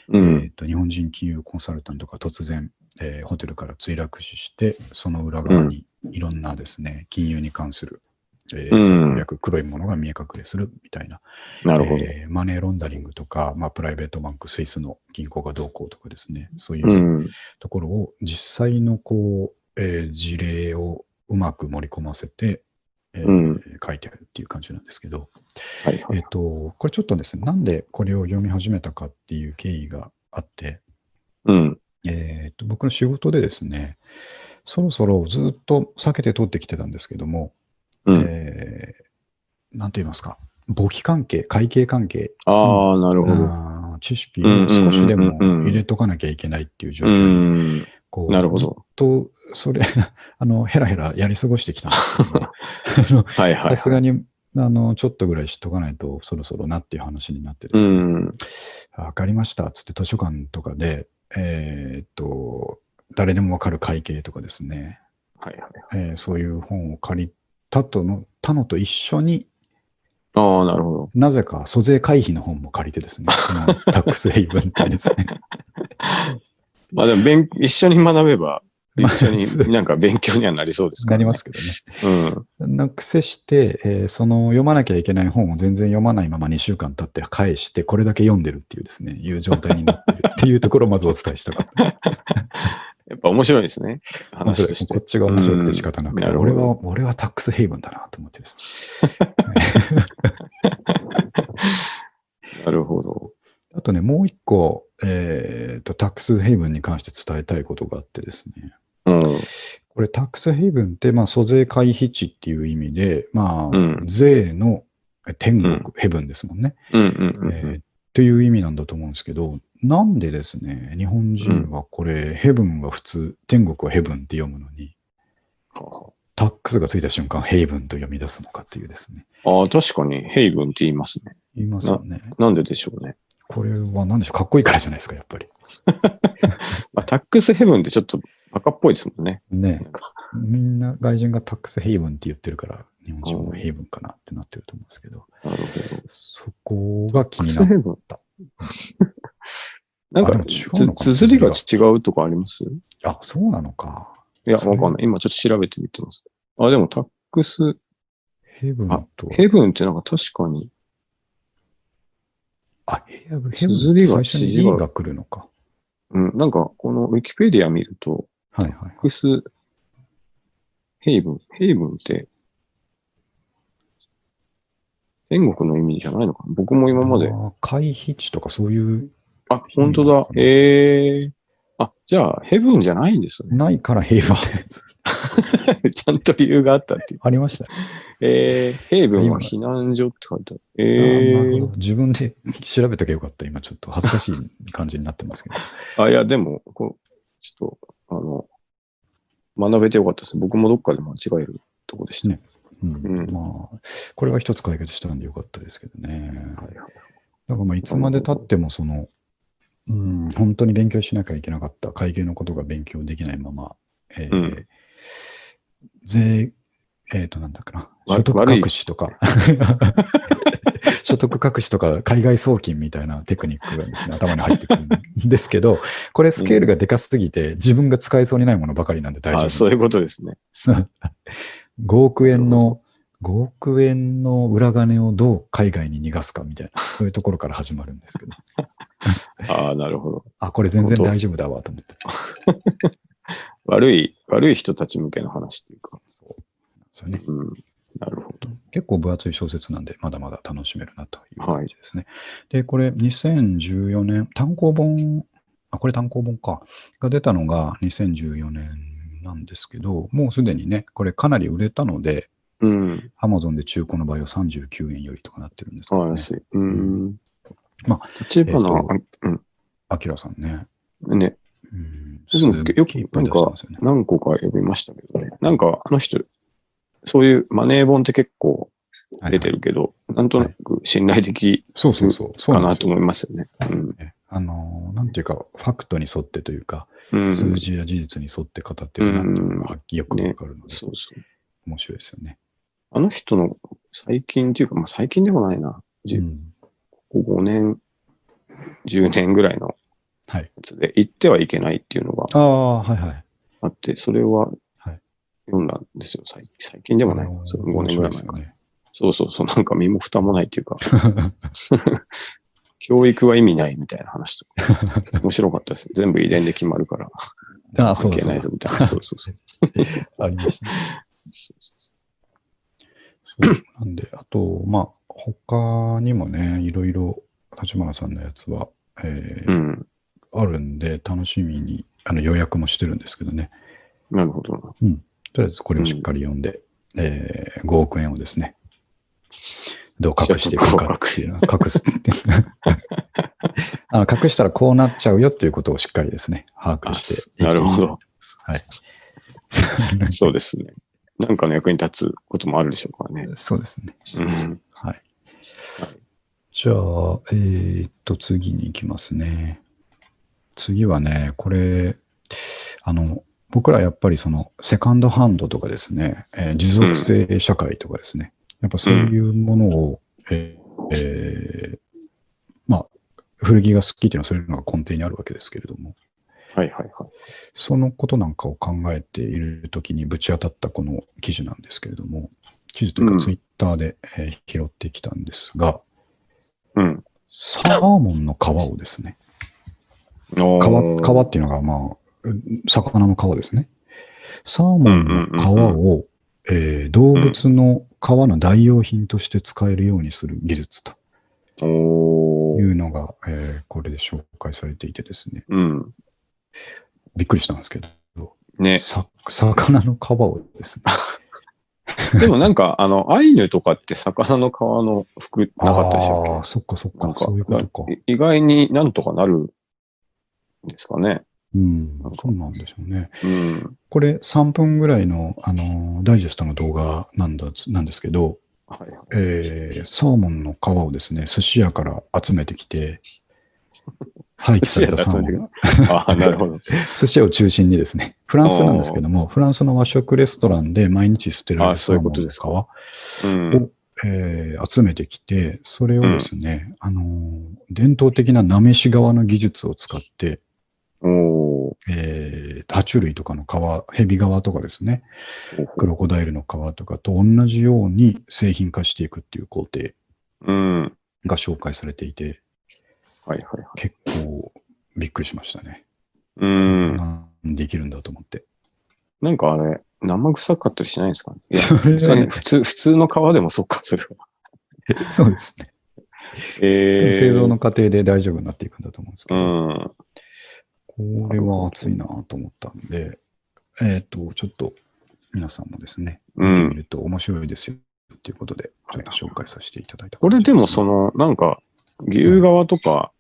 S1: う
S2: え
S1: ん。
S2: ーと日本人金融コンサルタントが突然、えーホテルから墜落死して、その裏側にいろんなですね、金融に関する、えー
S1: うん
S2: 戦略、黒いものが見え隠れするみたいな、
S1: なるほど。。
S2: えーマネーロンダリングとか、まあ、プライベートバンク、スイスの銀行がどうこうとかですね、そういううんところを実際のこう、えー事例をうまく盛り込ませて、えー
S1: うん
S2: 書いてあるっていう感じなんですけど、
S1: はいは
S2: えっ、
S1: い。
S2: と、これちょっとですね、なんでこれを読み始めたかっていう経緯があって、
S1: うん。
S2: えっ、と、僕の仕事でですね、そろそろずっと避けて通ってきてたんですけども、
S1: うん。
S2: えーなんて言いますか、簿記関係、会計関係
S1: ああ、なるほど。
S2: あー知識を少しでも入れとかなきゃいけないっていう状
S1: う
S2: 況に、
S1: ん。
S2: こう
S1: なるほど。
S2: ずっと、それ、 あの、ヘラヘラやり過ごしてきたんです けどね、あの
S1: はいはいは
S2: さ
S1: い。
S2: すがに、あの、ちょっとぐらい知っとかないと、そろそろなっていう話になってで
S1: う
S2: すね、
S1: ん。
S2: わかりました、つって図書館とかで、えーっと、誰でもわかる会計とかですね、
S1: はいはい。
S2: えーそういう本を借りたとの、他のと一緒に、
S1: ああ、なるほど。
S2: なぜか租税回避の本も借りてですね、そのタックスヘイブンってです ね、
S1: まあでも勉、一緒に学べば、
S2: まあ
S1: 一緒になんか勉強にはなりそうですか
S2: なり
S1: ら、ね。
S2: ますけどね。
S1: うん。
S2: そんな癖して、えーその読まなきゃいけない本を全然読まないまま2週間経って返して、これだけ読んでるっていうですね、いう状態になってるっていうところをまずお伝えしたかった。
S1: やっぱ面白いですね。 話として
S2: こ。っちが面白くて仕方なくて、
S1: うんなるほ
S2: 俺
S1: ど
S2: は、俺はタックスヘイブンだなと思ってです
S1: なるほど。
S2: ね。あとね、もう一個、えーと、タックスヘイブンに関して伝えたいことがあってですね。
S1: うん。
S2: これ、タックスヘイブンって、まあ、租税回避地っていう意味で、まあ、
S1: うん
S2: 税の天国、
S1: うん
S2: ヘブンですもんね。
S1: うんうんうん
S2: えーっていう意味なんだと思うんですけど、なんでですね、日本人はこれ、ヘブンは普通、天国はヘブンって読むのに、タックスがついた瞬間、ヘイブンと読み出すのかっていうですね。
S1: うん。ああ、確かに、ヘイブンって言いますね。
S2: 言いますよね。
S1: なんででしょうね。
S2: これは何でしょう、かっこいいからじゃないですか、やっぱり。
S1: まあ、タックスヘブンってちょっとバカっぽいですもんね。
S2: ね
S1: なんか
S2: みんな外人がタックスヘイブンって言ってるから、日本人もヘイブンかなってなってると思うんですけど、
S1: なるほど。
S2: そこが気
S1: タック
S2: に
S1: ス
S2: な
S1: ヘ
S2: る。
S1: ブン。なん
S2: あで
S1: か
S2: も違う、のかな
S1: つ綴りが違うとかありますい
S2: あ、そうなのか。
S1: や、
S2: それ
S1: わかんない。今ちょっと調べてみてます。あ、でもタックス、
S2: ヘブン
S1: あ
S2: と、
S1: ヘブンってなんか確かに、
S2: あ、ヘブンヘブンっ
S1: 綴
S2: て
S1: りが
S2: 最初に
S1: 違う
S2: E が来るのか。
S1: うん、なんかこのウィキペディア見ると、
S2: はいはい
S1: タッ。クス、ヘイブン、ヘイブンって、天国の意味じゃないのかな僕も今まで
S2: あ。ー回避地とかそういう、
S1: あ、本当だ。へえ。あ、じゃあ、ヘブンじゃないんですね。
S2: ないから平和って
S1: ちゃんと理由があったっていう。
S2: ありましたね、
S1: えー、ヘイブンは避難所って書いてある。
S2: あーなる
S1: え
S2: ほど自分で調べとけばよかった。今ちょっと恥ずかしい感じになってますけど。
S1: ー、あ、いや、でも、こう、ちょっと、あの、学べてよかったです。僕もどっかで間違えるとこでした。
S2: ねうん
S1: うん
S2: まあ、これは一つ解決したんでよかったですけどね。
S1: はいは
S2: だ
S1: い。
S2: からまあいつまでたってもその、うん、本当に勉強しなきゃいけなかった会計のことが勉強できないまま、えー
S1: うん
S2: 税、えっ、と、なんだっけな、
S1: わ
S2: 所得
S1: 悪い
S2: 隠しとか、 所得隠しとか、海外送金みたいなテクニックがですね、頭に入ってくるんですけど、これスケールがでかすぎて、自分が使えそうにないものばかりなんで大丈夫
S1: あ、そういうことですね。
S2: そう5億 円の、5億円の裏金をどう海外に逃がすかみたいな、そういうところから始まるんですけど。
S1: ああ、なるほど。
S2: あ、これ全然大丈夫だわと思って。
S1: 悪い、悪い人たち向けの話っていうか。
S2: そうね、
S1: うん。なるほど。
S2: 結構分厚い小説なんで、まだまだ楽しめるなという
S1: はい
S2: 感じですね。で、これ2014年、単行本、あ、これ単行本か、が出たのが2014年なんですけど、もうすでにね、これかなり売れたので、
S1: うん。
S2: Amazon で中古の場合は39円よりとかなってるんですけ
S1: そう
S2: ど、
S1: なん
S2: ね
S1: で、す。うん。
S2: ま
S1: あ、立花、
S2: えっと
S1: あ
S2: アキラさんね、
S1: うん、ね、
S2: うん、す
S1: 僕も
S2: っ
S1: よ
S2: げ
S1: く
S2: えいっぱい出してますよね。
S1: 何個か読みましたけどね。なんか、あの人、そういうマネー本って結構
S2: はい
S1: 出てるけど、なんとなく信頼的
S2: そうそうそう。そう
S1: か
S2: なん
S1: な
S2: で
S1: と
S2: すよ
S1: 思いますよね。うん
S2: ねあのーなんていうか、ファクトに沿ってというか、
S1: うん。
S2: 数字や事実に沿って語ってるなっていうのがはっきりよくわかるので、
S1: そうそう。
S2: 面白いですよね。
S1: あの人の最近っていうか、まあ、最近でもないな。じ
S2: うん
S1: ここ5年、10年ぐらいの
S2: はい。
S1: やつで、行ってはいけないっていうのが
S2: ああ、はいはい。
S1: あって、それは
S2: はい
S1: 読んだんですよ。最最近でもない
S2: あの。ー
S1: そ5年ぐら
S2: 面白。
S1: い前か
S2: ですよね
S1: そうそうそう。なんか身も蓋もないっていう か、教育は意味ないみたいな話とか。 面白かったです。全部遺伝で決まるから、
S2: ああ、そう
S1: 関
S2: だそう
S1: 係ない
S2: だ
S1: ぞみたいな。そうそうそう。
S2: ありましたね。
S1: そうそうそ
S2: そうなんで、あと、まあ、他にもね、いろいろ、立花さんのやつは、え
S1: うう
S2: ー
S1: ん。
S2: あるんで、楽しみに、あの、予約もしてるんですけどね。
S1: なるほど。
S2: とりあえずこれをしっかり読んで、えー5億円をですね、どう隠していくかっていうのは、隠すって あの隠したらこうなっちゃうよっていうことをしっかりですね、把握して生きていきたいと思います。はい。
S1: そうですね。なんかの役に立つこともあるでしょうからね。
S2: そうですね。
S1: うん。
S2: はい。じゃあ、えーっと、次に行きますね。次はね、これ、あの、僕らやっぱりその、セカンドハンドとかですね、えー持続性社会とかですね、やっぱそういうものを、えーえーまあ、古着が好きっていうのはそういうのが根底にあるわけですけれども、
S1: はいはいはい。
S2: そのことなんかを考えているときにぶち当たったこの記事なんですけれども、記事という
S1: う
S2: か
S1: ん
S2: ツイッターで、えー拾ってきたんですが、
S1: うん。
S2: サーモンの皮をですね、
S1: お
S2: 皮
S1: ー
S2: 皮っていうのが、まあ、うん魚の皮ですね。サーモンの皮
S1: う
S2: を、えー動物の皮の代用品として使えるようにする技術と
S1: お
S2: い
S1: ー
S2: うのが、えーこれで紹介されていてですね、
S1: うん。
S2: びっくりしたんですけど、
S1: ね。
S2: さ魚の皮をですね、
S1: でもなんか、あの、アイヌとかって魚の皮の服なかったでし
S2: あ
S1: ょ
S2: ーそっかそっ
S1: なん
S2: か、
S1: か
S2: そういうことか。
S1: い意外になんとかなるんですかね。
S2: うん
S1: なんか、
S2: そうなんでしょうね。
S1: うん。
S2: これ3分ぐらいの、あのーダイジェストの動画なんだなんですけど、
S1: はいはい。
S2: えーサーモンの皮をですね、寿司屋から集めてき て、廃棄されたサーモ
S1: 寿司屋
S2: ン。
S1: ああ、なるほど。
S2: 寿司屋を中心にですね、フランスなんですけども、フランスの和食レストランで毎日捨てられ
S1: あ
S2: る
S1: そ
S2: サー
S1: ういう
S2: モ
S1: こ
S2: ン
S1: とで
S2: の
S1: す
S2: 皮
S1: か
S2: を、
S1: うん。
S2: えー集めてきて、それをですね、あのー伝統的ななめし側の技術を使って、
S1: おー
S2: えー、爬虫類とかの皮、ヘビ側とかですね、
S1: ほうほ
S2: クロコダイルの皮とかと同じように製品化していくっていう工程
S1: う。うん。はい
S2: が紹介されていて、
S1: はいはい。
S2: 結構びっくりしましたね。
S1: うん。
S2: うんできるんだと思って。
S1: なんかあれ、生臭かったりしないんですかね。いや、
S2: それ
S1: 普通
S2: は
S1: に
S2: ね、
S1: 普通、普通の皮でもそっか、それは。
S2: そうですね。
S1: え
S2: で
S1: え
S2: も製造の過程で大丈夫になっていくんだと思うんですけ
S1: う
S2: ど、
S1: ん。
S2: これは熱いなと思ったんで、えっ、と、ちょっと皆さんもですね、
S1: う
S2: 見てみ
S1: ん。
S2: ると面白いですよということで、ち
S1: は
S2: ょ
S1: い
S2: っと紹介させていただいた
S1: こ
S2: 感
S1: れ
S2: じす
S1: で
S2: ね
S1: もそ、の、なんか、牛側とか、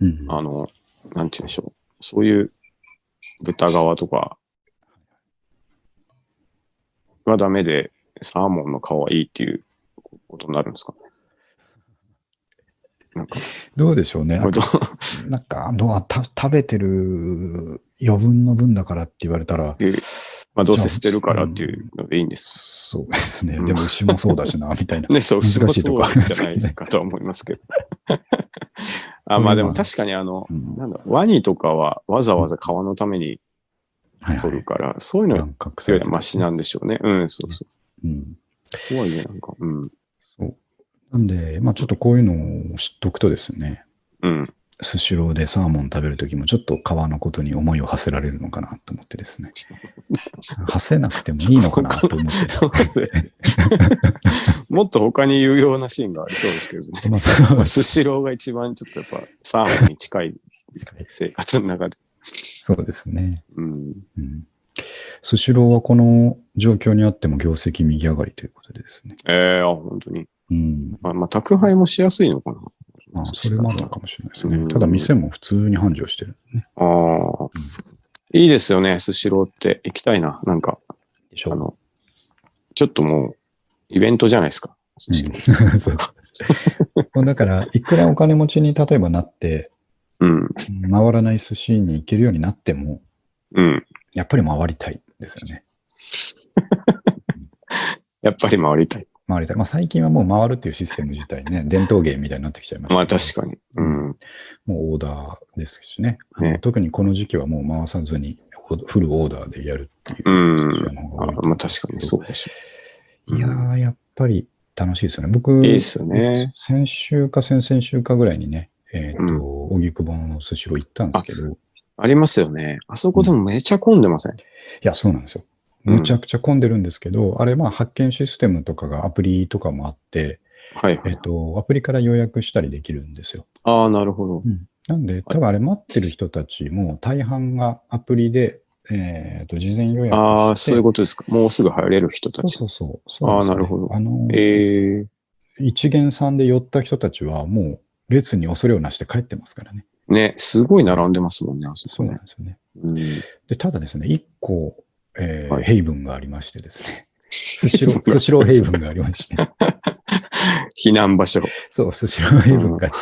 S2: うん、
S1: あの、なんて言うんでしょう。そういう豚側とかがダメで、サーモンの皮はいいっていうことになるんですかね。なんか、
S2: どうでしょうね。
S1: これどう
S2: なんか、あのあた食べてる余分の分だからって言われたら、
S1: で まあ、どうせ捨てるからっていうのでいいんです。
S2: そうですね。
S1: うん
S2: でも牛もそうだしな、みたいな。
S1: ね、そう、
S2: 難し
S1: すご
S2: いと
S1: そ
S2: こ
S1: う
S2: あ
S1: じ
S2: ります
S1: ゃ
S2: けど
S1: な
S2: ね
S1: いかとは思いますけど。 あまあでも確かにあの、
S2: うん
S1: なんだ、ワニとかはわざわざ皮のために
S2: はいはい
S1: 取るから、そういうの
S2: 乱獲さ
S1: よ
S2: れ
S1: り
S2: て
S1: は
S2: ま
S1: マ
S2: す
S1: シ
S2: ね
S1: なんでしょうね。うん、そうそう。
S2: うん。
S1: とはいえ、なんか、うん。
S2: なんで、まあちょっとこういうのを知っとくとですね、
S1: うん。
S2: スシローでサーモン食べるときもちょっと皮のことに思いを馳せられるのかなと思ってです ね。馳せなくてもいいのかなと思って。
S1: もっと他に有用なシーンがありそうですけど ね。
S2: まあそう
S1: スシローが一番ちょっとやっぱサーモンに近い生活の中で。
S2: そうですね。
S1: うん。
S2: うんスシローはこの状況にあっても業績右上がりということでですね。
S1: ええあ、本当に。
S2: うん。
S1: まあ、まあ、宅配もしやすいのかな。
S2: まあ、それもあるのかもしれないです
S1: う
S2: ね。
S1: ん
S2: ただ店も普通に繁盛してるね。
S1: ああ。いいですよね、スシローって。行きたいな。なんか、
S2: でし
S1: あの、ちょっともう、イベントじゃないですか。スシロー。
S2: うん そうもうだから、いくらお金持ちに例えばなって、
S1: うん。
S2: 回らない寿司に行けるようになっても、
S1: うん。
S2: やっぱり回りたいですよね。
S1: やっぱり回りたい。
S2: 回りたい。まあ最近はもう回るっていうシステム自体 ね、伝統芸みたいになってきちゃいましたけど。
S1: まあ、確かに。うん。
S2: もうオーダーですしね。
S1: ね。
S2: 特にこの時期はもう回さずに、ほフルオーダーでやるっていううん寿司屋の方が
S1: あ
S2: 多いと思
S1: ま
S2: ん
S1: あ、
S2: ですけ
S1: 確か
S2: ど
S1: にそうでしょう。
S2: いやー、やっぱり楽しいですよね。僕、
S1: いいっすよね
S2: 先週か先々週かぐらいにね、えっ、と、荻窪の寿司を行ったんですけど、い
S1: ありますよね。あそこでもめちゃ混んでません。
S2: や、そうなんですよ。
S1: うん
S2: むちゃくちゃ混んでるんですけど、あれ、まあ、発券システムとかがアプリとかもあって、
S1: はいは
S2: えっ、
S1: い。
S2: と、アプリから予約したりできるんですよ。
S1: ああ、なるほど。
S2: なんで、多分あれ待ってる人たちも大半がアプリで、えっ、と、事前予約して。
S1: ああ、そういうことですか。もうすぐ入れる人たち。
S2: そうそうそう。
S1: あ
S2: そうで
S1: ー
S2: すね
S1: なるほど
S2: あの、
S1: ええ
S2: 一元さんで寄った人たちはもう列に恐れをなして帰ってますからね。
S1: ね、すごい並んでますもんね、あそ
S2: そ
S1: こ
S2: うなん
S1: ね。
S2: ですよね。
S1: うん。
S2: で、ただですね、1個、えー
S1: はい
S2: ヘイブンがありましてです ね。スシロー、スシローヘイブンがありまして。
S1: 避難場所。
S2: そう、スシローヘイブンがあって。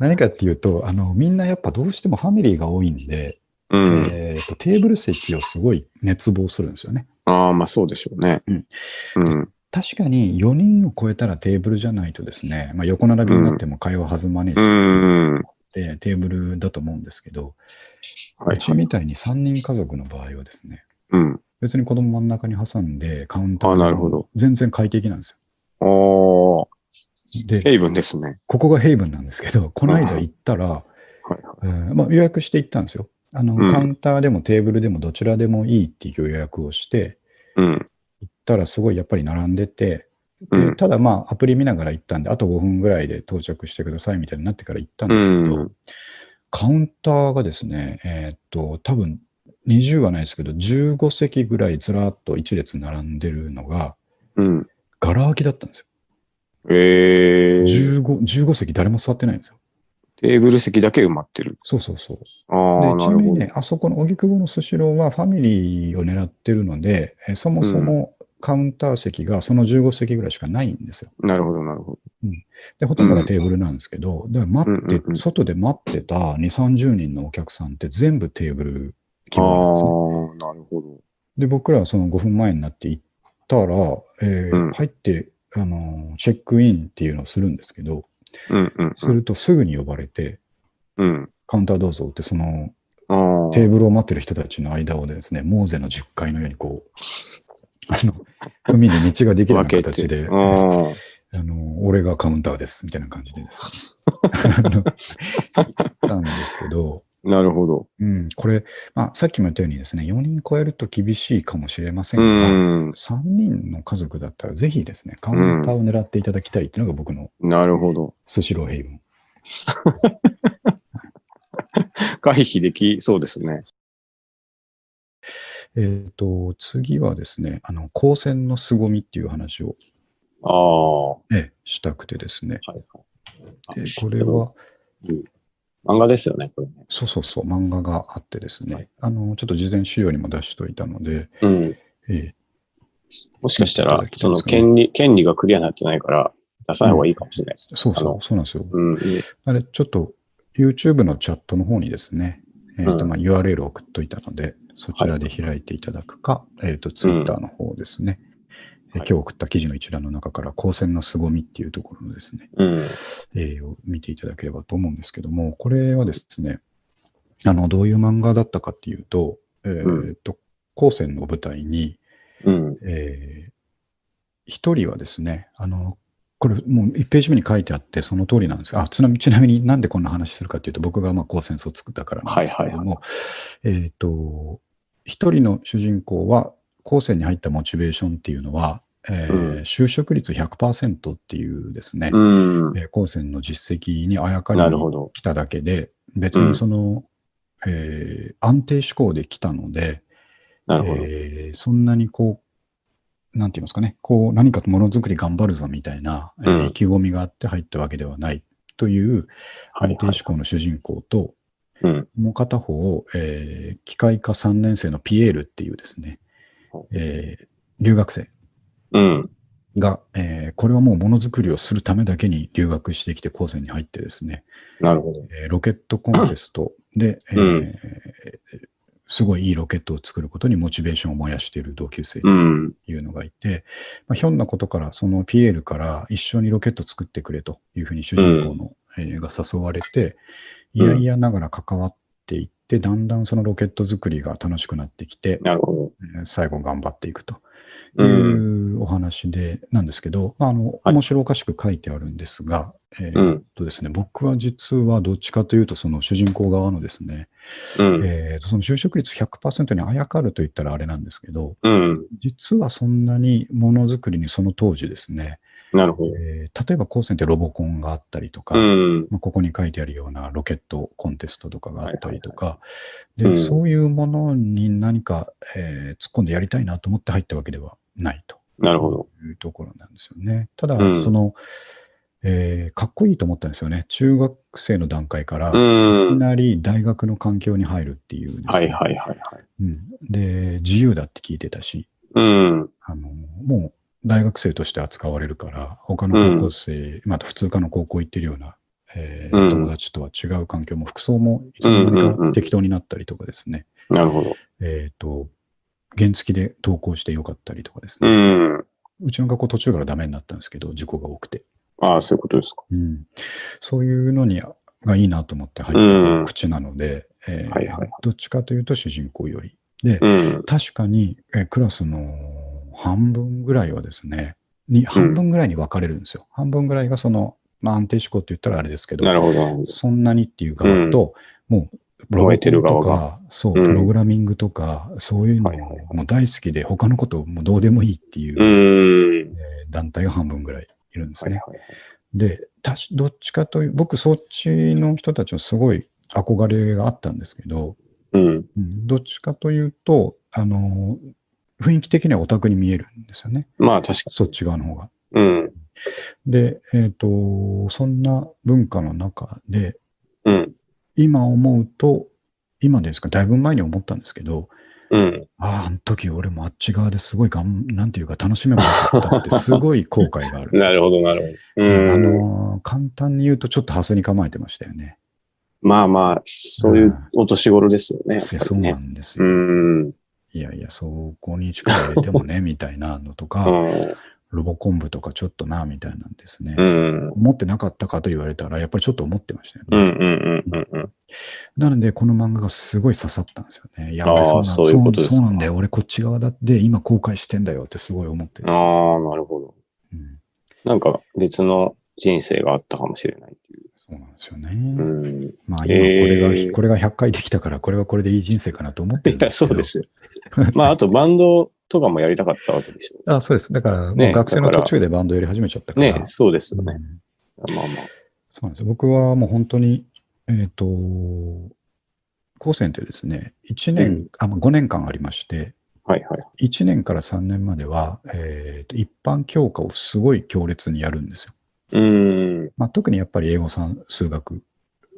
S2: 何かっていうと、あの、みんなやっぱどうしてもファミリーが多いんで、
S1: うん。
S2: えーと、テーブル席をすごい熱望するんですよね。
S1: ああ、まあそうでしょうね。
S2: うん
S1: うん。
S2: 確かに4人を超えたらテーブルじゃないとですね、まあ、横並びになっても会話弾まねえし、
S1: うん。
S2: でテーブルだと思うんですけど、
S1: は
S2: う
S1: い
S2: ち。みたいに3人家族の場合はですね、
S1: うん。
S2: 別に子供真ん中に挟んでカウンタ
S1: あなるほ
S2: ーが
S1: ど
S2: 全然快適なんです
S1: おー、
S2: よ。で、
S1: ヘイブンですね。
S2: ここがヘイブンなんですけど、この間行ったら、
S1: はいはい。
S2: えーまあ、予約して行ったんですよ。あの
S1: うん
S2: カウンターでもテーブルでもどちらでもいいっていう予約をして、
S1: うん。
S2: 行ったらすごいやっぱり並んでて、
S1: う
S2: で
S1: ん。
S2: ただまあアプリ見ながら行ったんで、あと5分ぐらいで到着してくださいみたいになってから行ったん
S1: う
S2: ですけど、
S1: ん。
S2: カウンターがですね、えーっと、多分20はないですけど、15席ぐらいずらっと一列並んでるのが、
S1: うん。
S2: ガラ空きだったんですよ。
S1: えー、
S2: 15, 15席誰も座ってないんですよ。
S1: テーブル席だけ埋まってる。
S2: そうそうそう。
S1: ああ、
S2: で
S1: な
S2: ちな
S1: る
S2: みに
S1: ほど。
S2: ね、あそこの荻窪のスシローはファミリーを狙ってるので、えーそもそもカウンター席がその15席ぐらいしかないんですよ。
S1: なるほど、なるほど。
S2: で、ほとんどがテーブルなんですけど、だから待っ
S1: うんうんう
S2: て、
S1: ん
S2: 外で待ってた2、30人のお客さんって全部テーブル
S1: あ
S2: 規
S1: あ
S2: 模なんですね。
S1: ー、なるほど。
S2: で、僕らはその5分前になって行ったら、えー
S1: うん
S2: 入って、あのーチェックインっていうのをするんですけど、
S1: うんうん
S2: するとすぐに呼ばれて、
S1: うん。
S2: カウンターどうぞって、その
S1: うん。あ
S2: テーブルを待ってる人たちの間をですね、モーゼの10階のようにこう、あの、海に道ができるような
S1: 分け
S2: 形で、
S1: て。う
S2: あ
S1: ん。
S2: の、俺がカウンターです、みたいな感じでですね、あの行ったんですけど、
S1: なるほど。
S2: うん、これ、まあ、さっきも言ったようにですね、4人超えると厳しいかもしれません
S1: う
S2: が、
S1: ん。
S2: 3人の家族だったら、ぜひですね、カウンターを狙っていただきたいっていうのが僕の
S1: なるほど。
S2: スシローヘイブン。
S1: 回避できそうですね。
S2: えっ、と、次はですね、あの、高専の凄みっていう話を、
S1: ああ。は
S2: ね、したくてですね、
S1: いはい。
S2: えこれは、
S1: 漫画ですよね、これね。
S2: そうそうそう、漫画があってですね、
S1: はい
S2: あの、ちょっと事前資料にも出しといたので、
S1: うん。
S2: え
S1: もしかした
S2: いた
S1: ら
S2: だきたい、
S1: その
S2: ですね
S1: 権利、権利がクリアになってないから、出さない方がいいかもしれないです
S2: ー。そう
S1: あ
S2: そ
S1: の
S2: う、そうなんですよ。
S1: うん。
S2: あれ、ちょっと YouTube のチャットの方にですね、えーと
S1: うん
S2: まあ、URL を送っといたので、そちらで開いていただくか、えっ、と、Twitter の方ですね、えー
S1: はい
S2: 今日送った記事の一覧の中から、高専の凄みっていうところのですね、
S1: うん。
S2: えーを見ていただければと思うんですけども、これはですね、あの、どういう漫画だったかっていうと、えっ、と、高専の舞台に、
S1: うん。
S2: えー一人はですね、あの、これもう1ページ目に書いてあって、その通りなんですが、あちなみちなみになんでこんな話するかというと、僕がまあ高専層を作ったからなんですけれども、えっ、と、一人の主人公は高専に入ったモチベーションっていうのは、えー
S1: うん
S2: 就職率100%っていうですね、
S1: うん。
S2: えー高専の実績にあやかり
S1: なる
S2: に
S1: ほど。
S2: 来ただけで、別にその、えー安定志向で来たので、
S1: なるほど。
S2: えーそんなにこう、なんて言いますかね、こう何かものづくり頑張るぞみたいな、えー
S1: うん
S2: 意気込みがあって入ったわけではないという
S1: はい
S2: 安
S1: は
S2: 定
S1: い
S2: 志向の主人公と、
S1: うん。
S2: もう片方を、えー機械科3年生のピエールっていうですね
S1: ほ、
S2: えー留学生
S1: うん。
S2: が、えーこれはもうものづくりをするためだけに留学してきて高専に入ってですね、
S1: なるほど。
S2: えーロケットコンテストで、えー
S1: うん
S2: すごいいいロケットを作ることにモチベーションを燃やしている同級生
S1: うん。
S2: いうのがいて、まあ、ひょんなことから、そのピエールから一緒にロケット作ってくれというふうに主人公の、えーが誘われて、い
S1: うん
S2: やいやながら関わっていって、だんだんそのロケット作りが楽しくなってきて、
S1: なるほ
S2: えー最後頑張っていくと
S1: ど。うん。
S2: いうお話で、なんですけど、まあ、あの、
S1: はい
S2: 面白おかしく書いてあるんですが、え
S1: う
S2: ーっ
S1: ん。
S2: とですね、僕は実はどっちかというと、その主人公側のですね、
S1: うん。
S2: えーとその就職率100%にあやかると言ったらあれなんですけど、
S1: うん。
S2: 実はそんなにものづくりにその当時ですね、
S1: なるほど。
S2: えー例えば高専ってロボコンがあったりとか、
S1: うん。
S2: まあ、ここに書いてあるようなロケットコンテストとかがあったりとか、で
S1: いはいうん
S2: そういうものに何か、えー突っ込んでやりたいなと思って入ったわけではないと
S1: なるほど。
S2: いうところなんですよね。ただ、
S1: うん
S2: その、えーかっこいいと思ったんですよね。中学生の段階から、
S1: う
S2: いき
S1: ん。
S2: なり大学の環境に入るっていうですね
S1: はいはいはいはい。
S2: うん。で、自由だって聞いてたし、
S1: うん。
S2: あの、もう大学生として扱われるから、他の高校生、まあ普通科の高校行ってるような、えー
S1: うん
S2: 友達とは違う環境も、服装もいつの間にか適当になったりとかですね、
S1: なるほど。
S2: えっ、と、原付で登校してよかったりとかです
S1: う
S2: ね、
S1: ん。
S2: うちの学校途中からダメになったんですけど、事故が多くて、
S1: ああ、そういうことですか。
S2: うん、そういうのにがいいなと思って入
S1: う
S2: っ
S1: ん
S2: た口なので、えー
S1: はいはいはい
S2: どっちかというと主人公より。で、
S1: うん。
S2: 確かに、えークラスの半分ぐらいはですね、に半分ぐらいに分かれるんですよ。半分ぐらいがその、まあ、安定志向って言ったらあれですけど、
S1: なるほどなるほど。
S2: そんなにっていう側と、もう、ブログ
S1: 燃えてる
S2: と
S1: 側
S2: か
S1: が、
S2: そう、
S1: うん
S2: プログラミングとか、そういうの
S1: はいはい
S2: も大好きで、他のこともうどうでもいいっていうう、
S1: ん。
S2: えー団体が半分ぐらいいるんです
S1: はい
S2: ね。
S1: はい。
S2: で、たしどっちかという、僕、そっちの人たちはすごい憧れがあったんですけど、
S1: うん。
S2: うんどっちかというと、あの、雰囲気的にはオタクに見えるんですよね。
S1: まあ確か
S2: そっち側の方が。
S1: に。うん。
S2: で、えっ、と、そんな文化の中で、
S1: うん。
S2: 今思うと、今ですか、だいぶ前に思ったんですけど、
S1: うん。
S2: ああ、あの時俺もあっち側ですごいがん、なんていうか楽しめばよかった って、すごい後悔があるんです
S1: な
S2: よ。
S1: るほどなるほど。
S2: あ
S1: うん。
S2: のー簡単に言うと、ちょっとハスに構えてましたよね。
S1: まあまあ、そういうお年頃ですよね。やっぱ
S2: そう
S1: り
S2: な
S1: ね。
S2: んです
S1: う
S2: よ。
S1: ん。
S2: いやいや、そこに力入れてもね、みたいなのとか、ロボコン部とかちょっとな、みたいなんですね。
S1: うん。
S2: 思ってなかったかと言われたら、やっぱりちょっと思ってましたよ
S1: う
S2: ね。
S1: んうんうんうん。
S2: なので、この漫画がすごい刺さったんですよね。いや、
S1: あー
S2: 俺ん
S1: そういうことですか
S2: そうなんだよ。俺こっち側だって、今後悔してんだよってすごい思ってるん
S1: あ
S2: ですよ
S1: あ、なるほど。
S2: うん
S1: なんか別の人生があったかもしれないってい
S2: そうなんですよ
S1: う。
S2: ね。
S1: うん。
S2: まあ、今これが、
S1: えー
S2: これが100回できたから、これはこれでいい人生かなと思ってる
S1: い
S2: ん
S1: や、
S2: ですけ
S1: そ
S2: ど。
S1: うですよ。まあ、あとバンドとかもやりたかったわけでしょ。
S2: あそうです。だから、も
S1: ね
S2: う学生の
S1: だか
S2: 途
S1: ら
S2: 中でバンドやり始めちゃったから。
S1: ね、そうですよ
S2: う
S1: ね。
S2: ん
S1: まあま
S2: そうなんですよ。僕はもう本当に、えっ、と、高専ってですね、1年、
S1: うん
S2: あ、まあ5年間ありまして、
S1: あ。はいはい。
S2: 1年から3年までは、えーと一般教科をすごい強烈にやるんですよ。
S1: うん。
S2: まあ、特にやっぱり英語算、数学、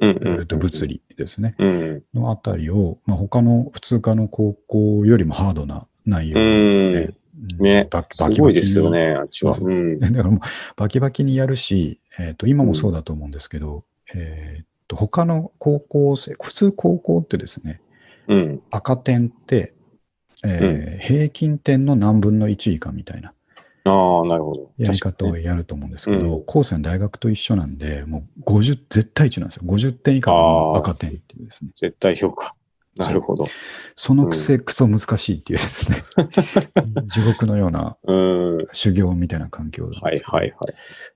S1: う
S2: え
S1: んうん、う
S2: ー
S1: ん。
S2: と物。理ですね、
S1: うん。
S2: のあたりを、まあ、他の普通科の高校よりもハードな内容ですね。うん
S1: ね
S2: バキ
S1: す
S2: バキバキに
S1: ごいですよね、あっちは。。
S2: そううん だからもうバキバキにやるし、えーと今もそうだと思うんですけど、えーと他の高校生、普通高校ってですね、
S1: うん。
S2: 赤点って、えー平均点の何分の1以下みたいな。
S1: ああ、なるほど。
S2: やり
S1: 確
S2: 方
S1: かに
S2: を
S1: ね
S2: やると思うんですけど、
S1: う
S2: 高専大学と一緒なんで、もう50、絶対値なんですよ。50点以下がもう赤点っていうですね。
S1: 絶対評価。なるほど。
S2: そのくせ、クソ難しいっていうです ね、地獄のような
S1: うん。はい
S2: 修行みたいな環境だったん
S1: は
S2: で
S1: い
S2: すよ
S1: はい。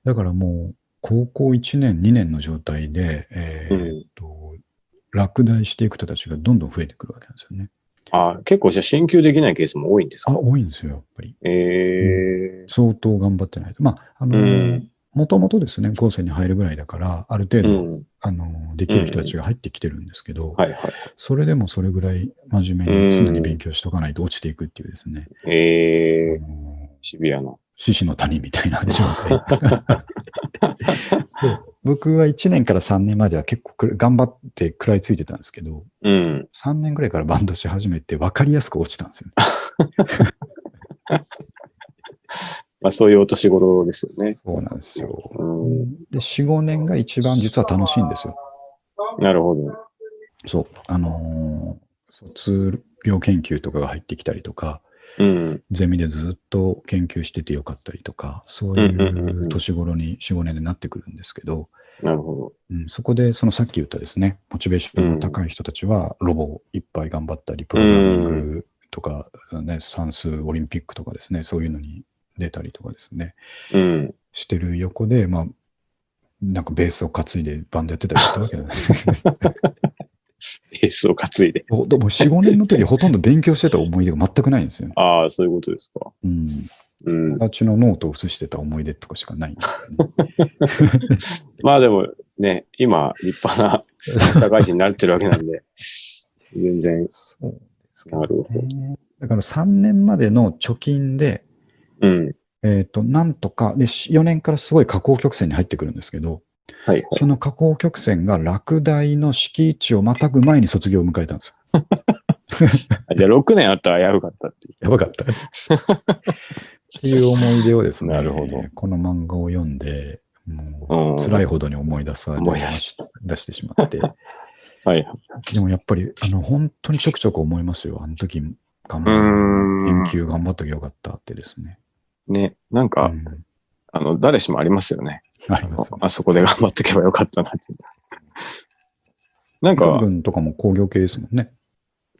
S2: だからもう、高校1年、2年の状態で、えー
S1: うん
S2: っと、落第していく人たちがどんどん増えてくるわけなんですよね。
S1: あ結構じゃあ進級できないケースも多いんです
S2: あ、
S1: か
S2: 多いんですよ、やっぱり。
S1: ええ
S2: 相当頑張ってないと。まあ、あ
S1: う
S2: の
S1: ん、
S2: もともとですね、高専に入るぐらいだから、ある程
S1: う
S2: 度、
S1: ん。
S2: あの、できる人たちが入ってきてるんですけど、
S1: はいはい。
S2: それでもそれぐらい真面目に常に勉強しとかないと落ちていくっていうですね、
S1: ええ
S2: あの
S1: シビアな。
S2: 獅子の谷みたいな状 態。僕は1年から3年までは結構くら頑張って食らいついてたんですけど、
S1: うん。
S2: 3年ぐらいからバンドし始めて分かりやすく落ちたんですよね。
S1: まあそういうお年頃ですよね。
S2: そうなんですよ。
S1: うん。
S2: で、4、5年が一番実は楽しいんですよ。
S1: なるほど。
S2: そう。あのー卒業研究とかが入ってきたりとか、
S1: うん。
S2: ゼミでずっと研究しててよかったりとか、そうい
S1: んうんうんう
S2: うん年頃に4、5年でなってくるんですけど、
S1: なるほ
S2: うん、そこでそのさっき言ったですね、モチベーションの高い人たちはロボをいっぱい頑張ったり、プログラミングとか、ね、算数オリンピックとかですね、そういうのに出たりとかですね、
S1: ど。うん。
S2: してる横で、まあ、なんかベースを担いでバンドやってたりしたわけなん ですよね。
S1: ペースを担いで。
S2: おでも4、5年の時ほとんど勉強してた思い出が全くないんですよね。
S1: ああ、そういうことですか。
S2: うん。
S1: うん。
S2: 友達のノートを写してた思い出とかしかないんです よね。
S1: まあでもね、今、立派な社会人になってるわけなんで、全然、
S2: そうですけど
S1: なるほど。
S2: ね。だから3年までの貯金で、
S1: うん。
S2: えっ、と、なんとか、で、し4年からすごい下降曲線に入ってくるんですけど、
S1: はいはい。
S2: その下降曲線が落第の敷地をまたぐ前に卒業を迎えたんですよ。
S1: あじゃあ6年あったら危うかったっていう。
S2: やばかった。っていう思い出をですね、
S1: なるほど
S2: この漫画を読んで、
S1: う
S2: もう
S1: ん
S2: 辛いほどに思い出され
S1: 思い出し
S2: 出してし まって、
S1: はいはい。
S2: でもやっぱり、あの、本当にちょくちょく思いますよ。あの時、頑
S1: う
S2: 張
S1: ーん
S2: 研究頑張っときゃよかったってですね。
S1: ね、なんか、
S2: うん
S1: あの、誰しもありますよね。
S2: あります。
S1: あそこで頑張っておけばよかったなっていう。なんか、
S2: 文とかも工業系ですもんね。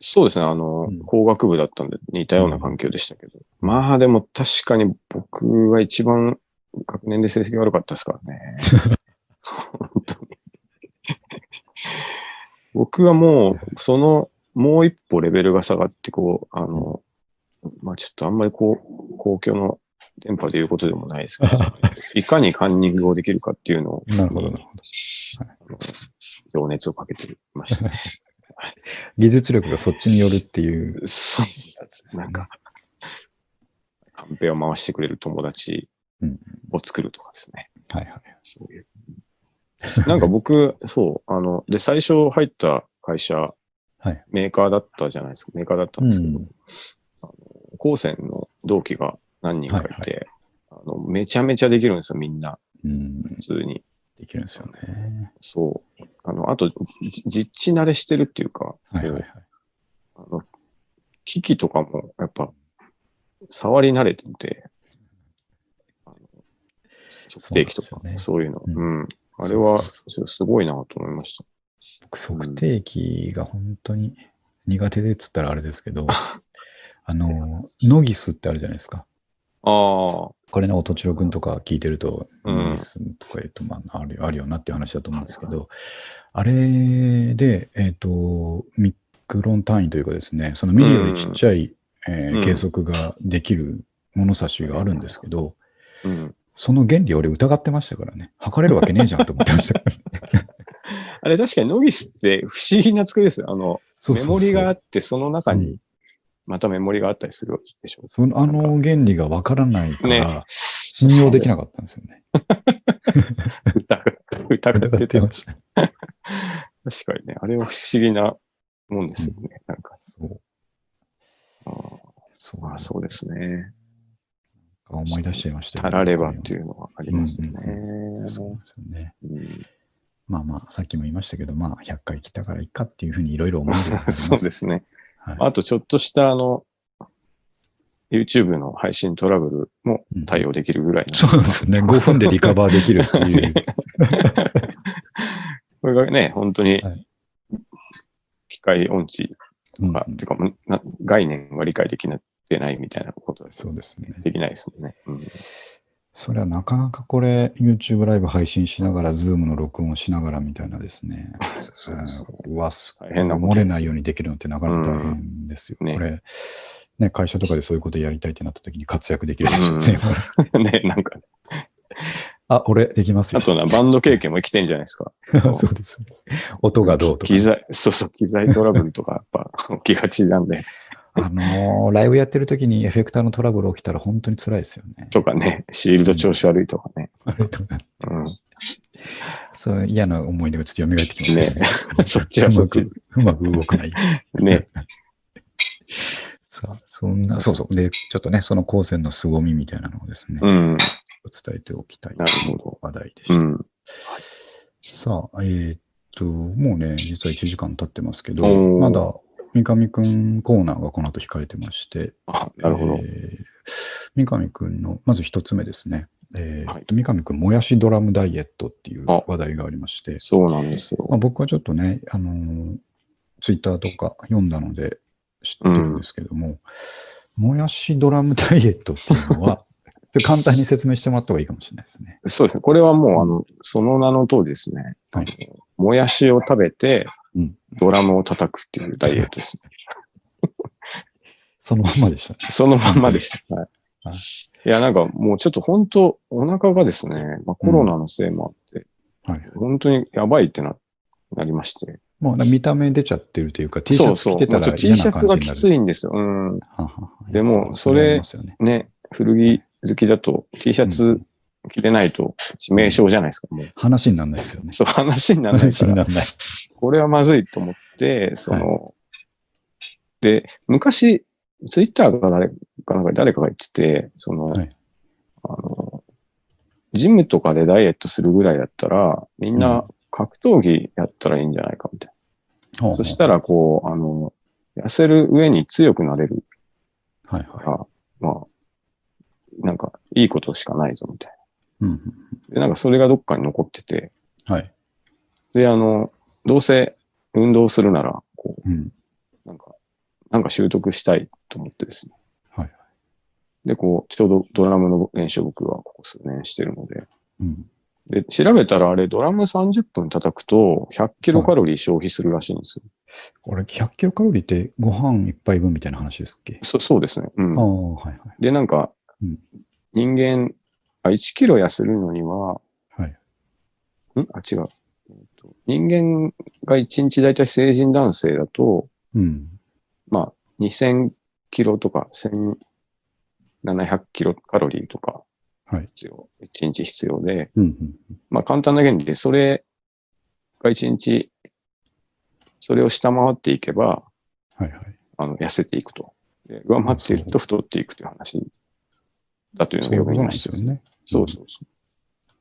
S1: そうですね、あの、
S2: うん
S1: 工学部だったんで似たような環境でしたけど。まあでも確かに僕が一番学年で成績悪かったですからね。本当に。僕はもう、その、もう一歩レベルが下がって、こう、あの、まあちょっとあんまりこう、公共の電波で言うことでもないで すけど、いかにカンニングをできるかっていうのを、
S2: なるほど、なるほど。
S1: あの情熱をかけてましたね。
S2: 技術力がそっちによるっていう。
S1: そう。なんか、カンペを回してくれる友達
S2: うん
S1: を作るとかですね。
S2: はいはい。
S1: そういう。なんか僕、 そう、あの、で、最初入った会社、
S2: はい
S1: メーカーだったじゃないですか。メーカーだったんですけど、
S2: うん
S1: 高専の同期が何人かいて、あの、めちゃめちゃできるんですよ、みんな。
S2: うん、
S1: 普通に。
S2: できるんですよね。
S1: そう。あの、あと、じ実地慣れしてるっていうか、
S2: はいはいはい。
S1: あの、機器とかも、やっぱ、触り慣れてて、あの測定器と
S2: そう
S1: か
S2: なん、です
S1: そういうの。
S2: う
S1: うん。あれは、
S2: そう
S1: そうすごいなと思いました。
S2: 僕、測定器が本当に苦手でっつったらあれですけ ど、あの、ノギスってあるじゃないですか。
S1: あ
S2: これね、音千代くんとか聞いてると、
S1: うん
S2: ノギスとか言うと、まあ、あるあるよなっていう話だと思うんですけど、あれで、えっ、と、ミクロン単位というかですね、そのミリよりちっちゃい、えー
S1: うん
S2: 計測ができる物差しがあるんですけど、
S1: あ。うん。
S2: その原理俺疑ってましたからね。測れるわけねえじゃんと思ってました からね。
S1: あれ確かにノギスって不思議な作りですよ。あの、
S2: そう
S1: メ
S2: そうそう
S1: モリがあって、その中
S2: う
S1: に
S2: ん
S1: またメモリがあったりするでしょ。
S2: そのあの原理がわからないか
S1: ね
S2: ら、。信用できなかったんですよね。
S1: 疑疑
S2: 疑
S1: って
S2: ってて
S1: た。
S2: ま
S1: 確
S2: した。
S1: かにね。あれは不思議なもんですよね。なんか。
S2: そう。
S1: あ
S2: そう
S1: ーまあ、そうですね。
S2: 思い出しちゃいましたよ
S1: たらればっていうのはありますね。
S2: そうなんですよね。
S1: うん
S2: まあまあ、さっきも言いましたけど、まあ、100回来たからいいかっていうふうにいろいろ思うけど
S1: そうですね。
S2: はい
S1: あとちょっとしたあの、YouTube の配信トラブルも対応できるぐらいの、
S2: そうですね。5分でリカバーできるって いう。
S1: これがね、本当に
S2: はい
S1: 機械音痴
S2: うん
S1: あ、てかもうな概念が理解できなってないみたいなことです。
S2: そうですね。
S1: できないですもんね。うん
S2: それはなかなかこれ、YouTube ライブ配信しながら、Zoom の録音をしながらみたいなですね。
S1: そうそう
S2: うんうわす
S1: 大変なこと
S2: 漏
S1: です
S2: れないようにできるのってなかなか大変ですよ。
S1: うんね
S2: これ、ね、会社とかでそういうことやりたいってなった時に活躍できるでしょうね。
S1: ね、なんか、
S2: あ、俺、できますよ。
S1: あとな、バンド経験も生きてんじゃないですか。
S2: あ そうですね。音がどうとか
S1: 機。材、そうそう、機材トラブルとかやっぱ起きがちなんで、
S2: あのーライブやってる時にエフェクターのトラブル起きたら本当に辛いですよね。
S1: とかね、シールド調子悪いとかね。
S2: あれとか
S1: うん。
S2: そう嫌な思い出がちょっと蘇ってきましたね。
S1: そっちはそっち
S2: うまくうまく動かない。
S1: ね。
S2: さあ、そんな、そうそう。で、ちょっとね、その高専の凄みみたいなのをですね、
S1: うん。
S2: 伝えておきたい
S1: なるほど
S2: 話題でした。
S1: うん。
S2: さあ、えーっと、もうね、実は1時間経ってますけど、
S1: おー
S2: まだ三上くんコーナーがこの後控えてまして、
S1: あ、なるほど。
S2: えー三上くんの、まず一つ目ですね。えー
S1: はい
S2: 三上くん、もやしドラムダイエットっていう
S1: あ
S2: 話題がありまして、
S1: そうなんですよ
S2: まあ、。僕はちょっとね、あのーツイッターとか読んだので知ってるんですけども、もやしドラムダイエットっていうの は、ちょっと簡単に説明してもらった方がいいかもしれないですね。
S1: そうですね。これはもう、あの、その名の通りですね。
S2: はい
S1: もやしを食べて
S2: うん、
S1: ドラムを叩くっていうダイエットですね。
S2: そのまんまでした。
S1: そのまんまでした。はい
S2: はい
S1: いや、なんかもうちょっと本当、お腹がですね、まあ、コロナのせいもあって、
S2: はい。
S1: 本当にやばいってな、なりまして。
S2: もうな見た目出ちゃってるというか、T シ
S1: そ
S2: ャ
S1: う
S2: ツ
S1: そう。
S2: 着てた
S1: もうちょ
S2: ら
S1: っと T
S2: 嫌
S1: シ
S2: な
S1: ャツ
S2: 感
S1: が
S2: じに
S1: き
S2: なる。
S1: ついんですよ。うん。
S2: ははは
S1: でもそ
S2: あ
S1: れ
S2: りますよね
S1: ね、古着好きだと T シャツ着てないと致命傷じゃないですか、もう。
S2: 話にならないですよね。
S1: そう、話にならない
S2: 話
S1: か
S2: に
S1: ら
S2: な。らない。
S1: これはまずいと思って、その、で、昔、ツイッターが誰かなんか誰かが言ってて、その、
S2: はい
S1: あの、ジムとかでダイエットするぐらいだったら、みん
S2: うん
S1: な格闘技やったらいいんじゃないかみたいな。そしたら、こう、あの、痩せる上に強くなれる
S2: ら、はい
S1: か
S2: はい。
S1: ら、まあ、なんか、いいことしかないぞ、みたい
S2: うんうん
S1: な。で、なんかそれがどっかに残ってて、
S2: はい。
S1: で、あの、どうせ運動するなら、こう、
S2: うん。
S1: なんか、なんか習得したいと思ってですね。
S2: はいはい
S1: で、こう、ちょうどドラムの練習を僕はここ数年してるので。
S2: うん。
S1: で、調べたらあれ、ドラム30分叩くと100キロカロリー消費するらしいんですよ。
S2: これ、100キロカロリーってご飯一杯分みたいな話ですっけ、
S1: そそうですね。うん
S2: あ。あ、はいはい。
S1: で、なんか
S2: うん、
S1: 人間、あ1キロ痩せるのには、
S2: はい。
S1: んあ、違う。えっと人間が1日だいたい成人男性だと、
S2: うん。
S1: まあ、2000キロとか1700キロカロリーとか
S2: はい
S1: 必要、1日必要で、
S2: うんうん。
S1: まあ簡単な原理で、それが1日、それを下回っていけば、
S2: はいはい。
S1: あの、痩せていくと。で上回っていると太っていくという話だというの
S2: そ
S1: が
S2: ういう
S1: よ
S2: こ
S1: く
S2: と
S1: 言い
S2: なん
S1: ま
S2: です
S1: した
S2: よ。ね。
S1: そうそうそう。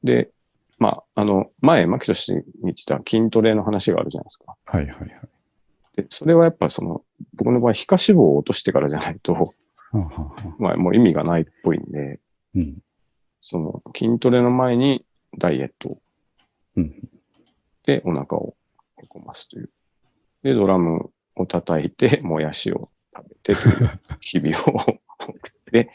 S1: で、まあ、あの、前、牧俊にした筋トレの話があるじゃないですか。
S2: はいはいはい。
S1: で、それはやっぱその、僕の場合、皮下脂肪を落としてからじゃないと、
S2: はあはあはあ
S1: まあ、もう意味がないっぽいんで、
S2: うん。
S1: その筋トレの前にダイエット
S2: うん。
S1: でお腹をへこますという。で、ドラムを叩いて、 もやしを食べてという 日々を送って、で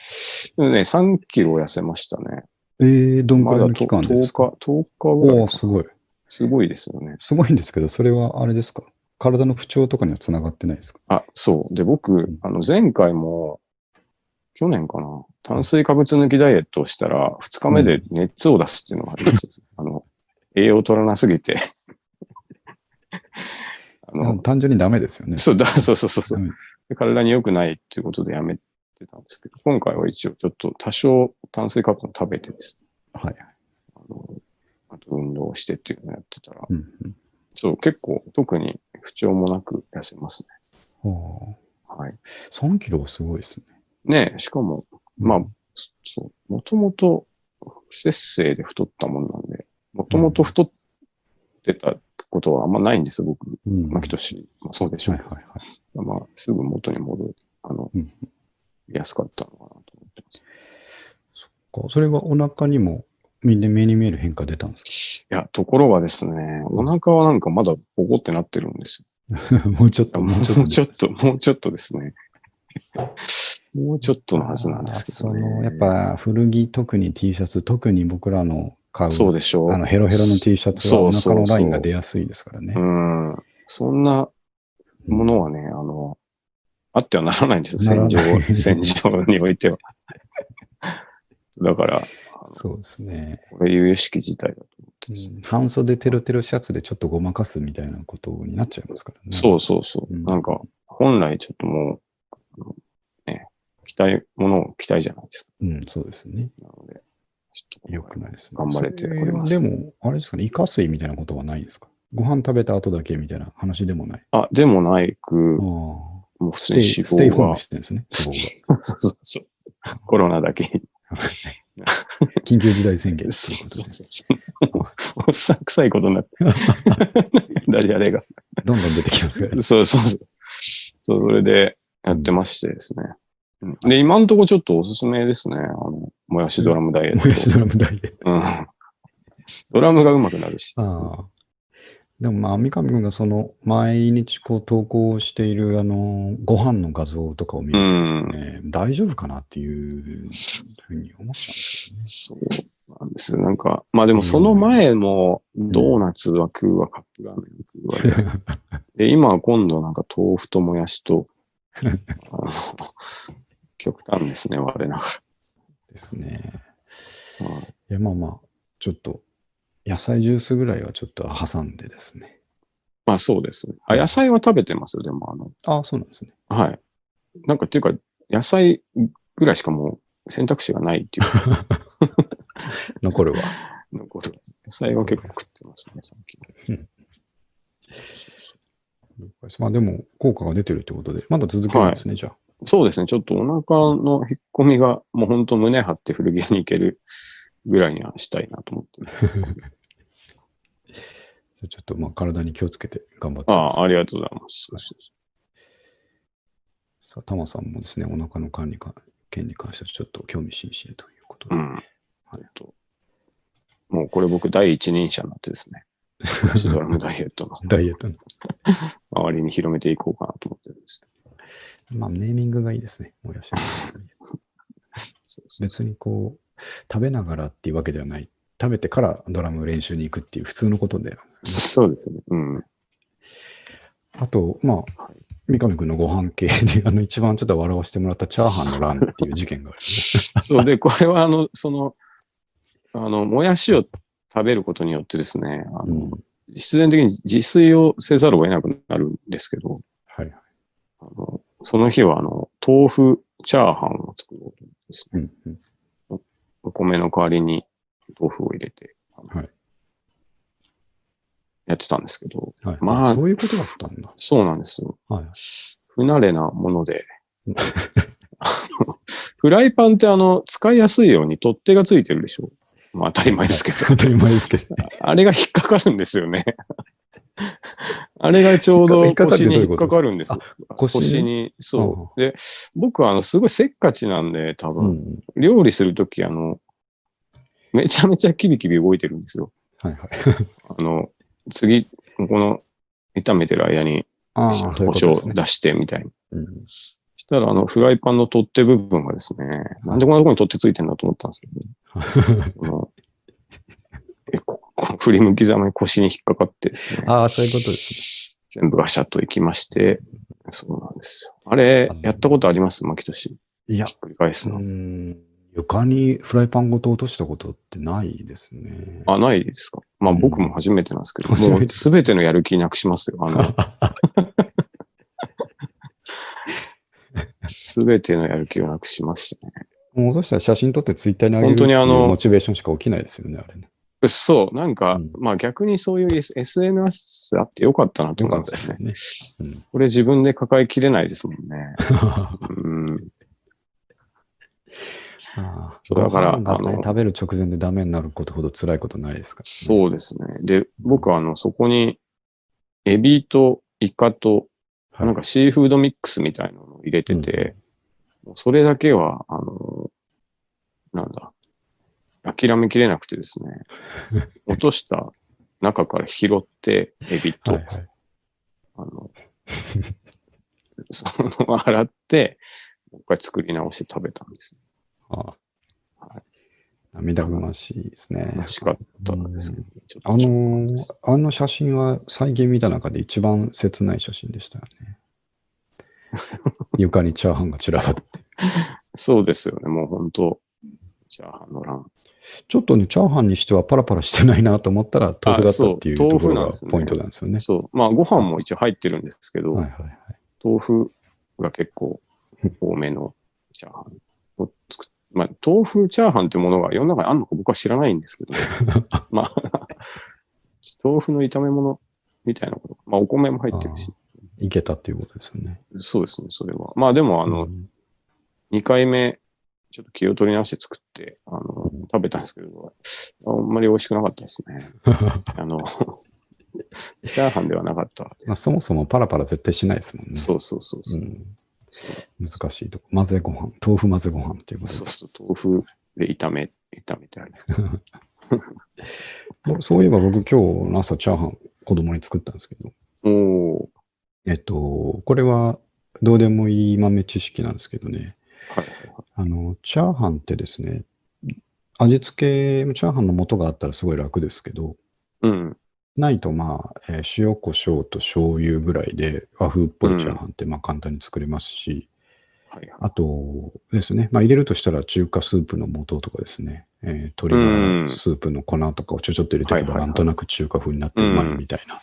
S1: もね、3キロ痩せましたね。
S2: えー、どんく
S1: ま
S2: らい
S1: だ
S2: の
S1: と
S2: 期間
S1: 10
S2: ですか
S1: 日、10日ぐ
S2: お
S1: ら
S2: お
S1: い
S2: ー。すごい。
S1: すごいですよね。
S2: すごいんですけど、それはあれですか体の不調とかにはつながってないですか
S1: あ、そう。で、僕、あの、前回も、去年かな、炭水化物抜きダイエットをしたら、2日目で熱を出すっていうのがありました。あの、栄養取らなすぎて。 あの、
S2: 単純にダメですよね。
S1: そうだ、そうそうそうそう
S2: うん
S1: で体に良くないっていうことでやめてたんですけど、今回は一応ちょっと多少炭水化物を食べてですね、
S2: はい。
S1: あの、あと運動をしてっていうのをやってたら、
S2: うんうん
S1: そう、結構特に不調もなく痩せますね。
S2: お
S1: はい。
S2: ー3キロはすごいですね。
S1: ねえしかも、まあ、そう、もともと不節制で太ったもんなんで、もともと太ってたことはあんまないんですよ、僕。
S2: うん、
S1: 牧俊もそうでしょ
S2: は
S1: う
S2: い。はいはい。
S1: まあ、すぐ元に戻る、あの、
S2: うん
S1: 安かったのかなと思ってます。
S2: こうそれはお腹にもみんな目に見える変化出たんですか
S1: いや、ところがですね、お腹はなんかまだボコってなってるんです
S2: もうちょっと、
S1: も
S2: もうちょっ
S1: うちょ
S2: と
S1: っと、もうちょっとで すね。もうちょっとのはずなんですけど、ね。
S2: あーそのやっぱ古着、特に T シャツ、特に僕らの買う、
S1: そうでしょう。
S2: あのヘロヘロの T シャツは
S1: そ
S2: お
S1: うそ
S2: 腹
S1: うそう
S2: のラインが出やすいですからね
S1: う。ん。そんなものはね、あの、あってはならないんですよ、
S2: なら
S1: 戦
S2: ない
S1: 場、戦場においては。 だから、
S2: そうですね。
S1: これ、由々しき事態だと思ってですね。
S2: 半袖テロテロシャツでちょっとごまかすみたいなことになっちゃいますからね。
S1: そうそうそう。
S2: うん
S1: なんか、本来ちょっともう、あのね、着たいものを着たいじゃないですか。
S2: うん、そうですね。
S1: なので、ちょっと
S2: よくないですね。
S1: 頑張れております
S2: それでも、あれですかね、イカ水みたいなことはないですかご飯食べた後だけみたいな話でもない。
S1: あ、でもないく、
S2: あ
S1: も
S2: あ。
S1: う普
S2: ステ
S1: 通に
S2: イ、
S1: 死
S2: ステイホー
S1: 亡
S2: ム
S1: が
S2: し、てるんですね。死亡
S1: そうそうそうコロナだけに。
S2: が緊急事態宣言って
S1: そ
S2: いうこ
S1: う
S2: とで
S1: そう。そう。おっさん臭いことになって。ダジャレが。
S2: どんどん出てきます からね。
S1: そうそうそう。そう、それでやってましてですね。うんで、今のところちょっとおすすめですね。あの、もやしドラムダイエット。
S2: もやしドラムダイ エット。
S1: うん。ドラムが上手くなるし。
S2: ああ。でもまあ、三上君がその、毎日こう投稿している、あの、ご飯の画像とかを見るとですね、大丈夫かなっていうふうに思ったんですよね。
S1: そうなんですよ。なんか、まあでもその前も、ドーナツは食うわ、カップラーメンは食うわで。で、今は今度なんか豆腐ともやしと、あの、極端ですね、我なが
S2: です ね。
S1: ら。うん
S2: いや、まあまあ、ちょっと、野菜ジュースぐらいはちょっと挟んでですね。
S1: まあそうですね。あ、野菜は食べてますよ、でもあの、
S2: ああ、そうなんですね。
S1: はい。なんかっていうか、野菜ぐらいしかもう選択肢がないっていう か
S2: 残るは。
S1: なんか野菜は結構食ってますね、最近。
S2: まあでも、効果が出てるってことで、まだ続けるんですね、じゃあ。
S1: そうですね、ちょっとお腹の引っ込みが、もう本当胸張って古着屋に行けるぐらいにはしたいなと思って。
S2: じゃあちょっとまあ体に気をつけて頑張ってく
S1: あ
S2: だ
S1: あ、
S2: さい。
S1: ありがとうございます。そうそうそ
S2: さあ、タマさんもですね、お腹の管理か件に関してはちょっと興味津々ということ
S1: うう
S2: で。
S1: ん。えっともうこれ僕第一人者になってです ね、シドラムダイエットの
S2: ダイエットの。
S1: 周りに広めていこうかなと思ってるんですけど。
S2: まあ、ネーミングがいいですね。もやしのダイエット。
S1: そうそう
S2: 別にこう、食べながらっていうわけではない。食べてからドラム練習に行くっていう普通のことで。
S1: そうですね。うん。
S2: あと、まあ、三上君のご飯系で、あの、一番ちょっと笑わせてもらったチャーハンのランっていう事件がある、
S1: そうで、これはあの、その、あの、もやしを食べることによってですね、あの
S2: うん
S1: 必然的に自炊をせざるを得なくなるんですけど、
S2: はい。
S1: あのその日はあの、豆腐チャーハンを作ろうと思ってですね、
S2: うんうん
S1: お米の代わりに豆腐を入れて、あの
S2: はい
S1: やってたんですけど、
S2: はい、
S1: まあ
S2: そういうことだったんだ。
S1: そうなんですよ。
S2: はい。
S1: 不慣れなも ので、あのフライパンってあの、使いやすいように取っ手がついてるでしょ。まあ当たり前ですけど。
S2: 当たり前ですけ ど。
S1: あれが引っかかるんですよね。あれがちょうど
S2: 引っかかる
S1: 腰に
S2: ってどういうこ
S1: 引っ
S2: と
S1: かかるんですよ。
S2: 腰に
S1: 腰に。そう。で、僕はあの、すごいせっかちなんで、多
S2: うんう
S1: 分、
S2: ん。
S1: 料理するときあの、めちゃめちゃキビキビ動いてるんですよ。
S2: はいはい。
S1: あの、次、この、炒めてる間に、
S2: ああ、そういう
S1: 包
S2: こと
S1: 丁
S2: ですね。
S1: 出してみたいな。
S2: うん
S1: したら、あの、フライパンの取っ手部分がですね、なんでこんなところに取っ手ついてんだと思ったんですけど、 このえここ振り向きざまに腰に引っかかってですね。
S2: ああ、そういうことです。
S1: す、全部ガシャッといきまして、そうなんですよ。あれ、やったことあります牧俊。ひ
S2: いや
S1: っ、くり返す
S2: う
S1: の。
S2: ん、床にフライパンごと落としたことってないですね。
S1: あ、ないですかまあ
S2: うん
S1: 僕も初めてなんですけど、
S2: 初め
S1: も
S2: て
S1: うすべてのやる気なくしますよ。あ の、すべてのやる気をなくしましたね。
S2: もう落としたら写真撮ってツイッターに上げる
S1: 本当にあの
S2: っていうモチベーションしか起きないですよね、あれね。
S1: そう、なんか、
S2: うん
S1: まあ逆にそういう S- SNS あってよかったなと
S2: よかっ
S1: 思いま
S2: たですす
S1: ね。
S2: ね。
S1: これ自分で抱えきれないですもんね。
S2: あ
S1: うん。
S2: あ
S1: そうだから
S2: ご飯がね
S1: あの
S2: 食べる直前でダメになることほど辛いことないですから、
S1: そうですね。で、僕はあの、そこに、エビとイカと、
S2: はい
S1: なんかシーフードミックスみたいなのを入れてて、それだけは、あの、なんだ、諦めきれなくてで すね、落とした中から拾って、エビ
S2: は
S1: と
S2: いはい。
S1: あの、その、洗って、もう一回作り直して食べたんです。
S2: ああ
S1: は
S2: 涙ぐましいですね。
S1: 悲しかったんですけど、ちょっと
S2: あのーあの写真は再現見た中で一番切ない写真でしたよ ね。床にチャーハンが散らばって。
S1: そうですよね、もう本当チャーハンの欄。
S2: ちょっとね、チャーハンにしてはパラパラしてないなと思ったら豆腐だったっていう
S1: あそ
S2: ところ
S1: う豆腐なん
S2: が
S1: ですね
S2: ポイントなんですよね。
S1: そう、まあご飯も一応入ってるんですけど、
S2: はいはいはい。
S1: 豆腐が結構多めのチャーハンを作っまあ、豆腐チャーハンってものが世の中にあるのか僕は知らないんですけど、 まあ、豆腐の炒め物みたいなこと、まあお米も入ってるし、
S2: いけたっていうことですよね。
S1: そうですね、それは。まあでも、あ
S2: う
S1: の、
S2: ん
S1: 2回目、ちょっと気を取り直して作って、あの、食べたんですけど、あんまり美味しくなかったですね。あの、チャーハンではなかったです。
S2: まあ、そもそもパラパラ絶対しないですもんね。
S1: そうそうそうそうう。
S2: ん難しいとこ。混ぜご飯、豆腐混ぜご飯っていうこと
S1: そうすると豆腐で炒め、炒めてある。
S2: でそういえば僕今日の朝チャーハン子供に作ったんですけど、
S1: おお
S2: えっと、これはどうでもいい豆知識なんですけどね、
S1: ーはい。
S2: あの、チャーハンってですね、味付け、チャーハンの素があったらすごい楽ですけど、
S1: うん。
S2: ないとまあ、えー塩、胡椒と醤油ぐらいで和風っぽいチャーハンってまあ簡単に作れますし、
S1: はいはい。
S2: あとですね、まあ入れるとしたら中華スープの素とかですね、えー鶏ガ
S1: うん
S2: ラスープの粉とかをちょちょっと入れていけ
S1: はい
S2: ば
S1: はいはい
S2: なんとなく中華風になってうまいみたいな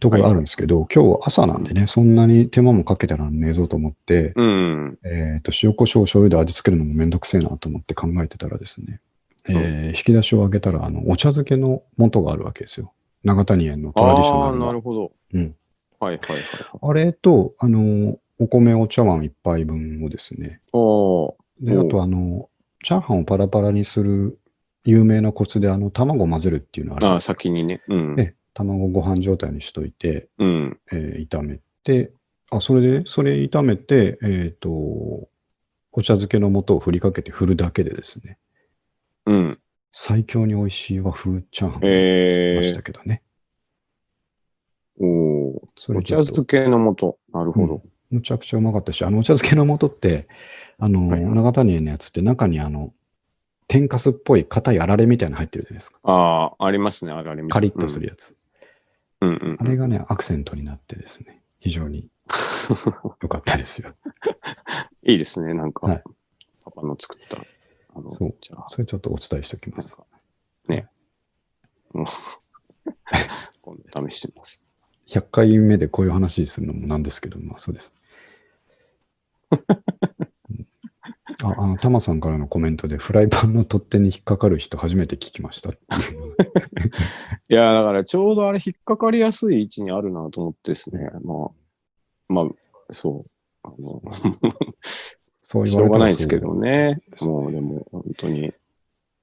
S2: ところがあるんですけど、今日朝なんでね、そんなに手間もかけたらねえぞと思って、
S1: うん。
S2: えっと塩、胡椒、醤油で味付けるのもめんどくせえなと思って考えてたらですね、えー引き出しを開けたらあのお茶漬けの素があるわけですよ。長谷園のトラディショナ
S1: あ
S2: ル
S1: ー
S2: の
S1: なるほど。
S2: うん。
S1: はいはいはい。
S2: あれと、あの、お米お茶碗一杯分をですね。
S1: おー
S2: で、
S1: お
S2: あ
S1: う
S2: と、あの、チャーハンをパラパラにする有名なコツで、あの、卵混ぜるっていうのはあるん
S1: あー、
S2: ですよ
S1: 先にね。うん。
S2: ね、卵ご飯状態にしといて、
S1: うん。
S2: えー炒めて、あ、それで、それ炒めて、えっ、と、お茶漬けの素を振りかけて振るだけでですね、
S1: うん。
S2: 最強に美味しい和風チャーハンができ
S1: え
S2: まし
S1: ー
S2: たけどね。
S1: おー
S2: それ
S1: お
S2: ち
S1: 茶
S2: ょっと
S1: 漬けの素。なるほど。
S2: むちゃくちゃうまかったし、あの、お茶漬けの素って、あの、
S1: はい
S2: 長谷園のやつって中にあの、天かすっぽい硬いあられみたいなの入ってるじゃないですか。
S1: ああ、ありますね、あれあれ。
S2: カリッとするやつ。
S1: うん。うんう
S2: あれ
S1: ん。
S2: がね、アクセントになってですね、非常に良かった ですよ。
S1: いいですね、なんか、
S2: はい
S1: パパの作った、あの、
S2: そう
S1: じゃあ、
S2: それちょっとお伝えしておきます。
S1: もう今度試してみます。
S2: 100回目でこういう話するのもなんですけど、まあそう です。うんああの、タマさんからのコメントで、フライパンの取っ手に引っかかる人初めて聞きましたっていう。
S1: いや、だからちょうどあれ引っかかりやすい位置にあるなと思ってですね。まあ、まあ、そう。あの、
S2: そう
S1: し
S2: 言
S1: ょ
S2: われたら
S1: うがないですけどね。
S2: そう
S1: もうでも、本当に。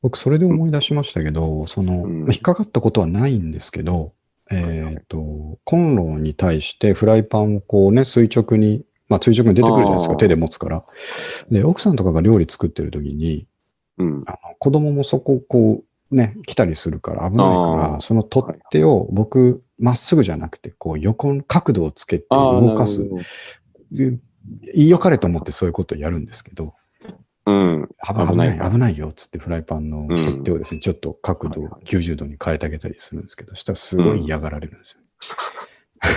S2: 僕、それで思い出しましたけど、その、
S1: うん
S2: 引っかかったことはないんですけど、
S1: はいはい
S2: えっ、と、コンロに対してフライパンをこうね、垂直に、まあ垂直に出てくるじゃないです
S1: あ
S2: か、
S1: ー
S2: 手で持つから。で、奥さんとかが料理作ってる時に、
S1: うん。
S2: あの子供もそこをこうね、来たりするから危ないか
S1: あー
S2: ら、その取っ手を僕、まっすぐじゃなくて、こう横の角度をつけて
S1: ああ、
S2: 動かす
S1: な。るほ
S2: 言いよかれと思ってそういうことをやるんですけど、
S1: どうん。
S2: 危
S1: 危
S2: 危
S1: な
S2: ないい、危ないよっつってフライパンの
S1: うん
S2: 取っ手をですね、ちょっと角度を90度に変えてあげたりするんですけど、したらすごい嫌がられるんですよ。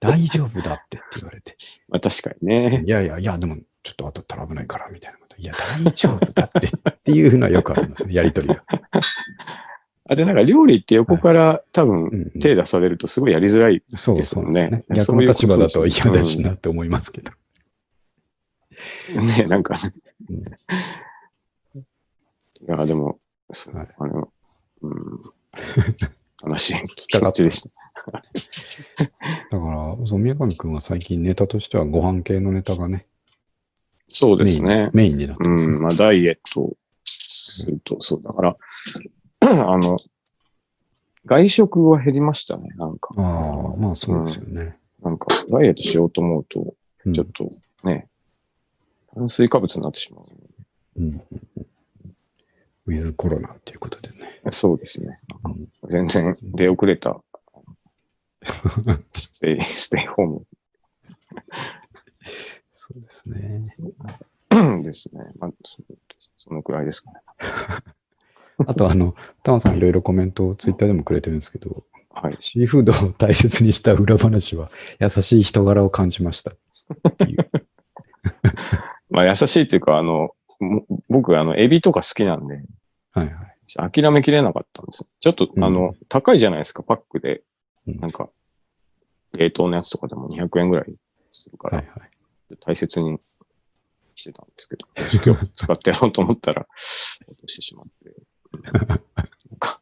S2: 大丈夫だってって言われ て、
S1: まあ確かにね。
S2: いやいやいや、でもちょっと当たったら危ないからみたいなこと、いや、大丈夫だってっていうのはよくあり ますね、やりとりが。
S1: あれなんか料理って横から多
S2: う
S1: 分
S2: んうん
S1: 手出されるとすごいやりづらい。
S2: そう
S1: です
S2: そう
S1: も
S2: なんんで
S1: ね
S2: すね。
S1: そ
S2: 逆の立場
S1: ういうこと
S2: だ
S1: ですよ
S2: と嫌だしなって思いますけど。
S1: ね、なんか。
S2: うん
S1: いや、でも、そう
S2: はい
S1: あの、うん。 話、聞き
S2: かかった
S1: でした。
S2: だから、そう宮上くんは最近ネタとしてはご飯系のネタがね、
S1: そうですね。
S2: メインメインになって
S1: う
S2: ますね。
S1: ん、まあ、ダイエットをすると、そう、だから、 あの、外食は減りましたね、なんか。
S2: ああ、まあそうですよね。
S1: なんか、ダイエットしようと思うと、
S2: うん
S1: ちょっとね、炭水化物になってしまう。
S2: うんウィズコロナっていうことでね。
S1: そうですね。なん
S2: う
S1: か全然出遅れたステイ、ステイホーム
S2: そうですね。
S1: ですね。まあ、そそのくらいですかね。
S2: あと、あの、タマさんいろいろコメントをツイッターでもくれてるんですけど、
S1: はい。
S2: シーフードを大切にした裏話は、優しい人柄を感じました。
S1: まあ、優しいというか、あの、も僕、あの、エビとか好きなんで、
S2: はいはい。
S1: 諦めきれなかったんですよ。ちょっと、
S2: うん
S1: あの、高いじゃないですか、パックで。
S2: うん
S1: なんか、冷凍のやつとかでも200円ぐらいするか
S2: はい
S1: ら、
S2: はい。
S1: 大切にしてたんですけど、今日使ってやろうと思ったら、落としてしまって。 なんか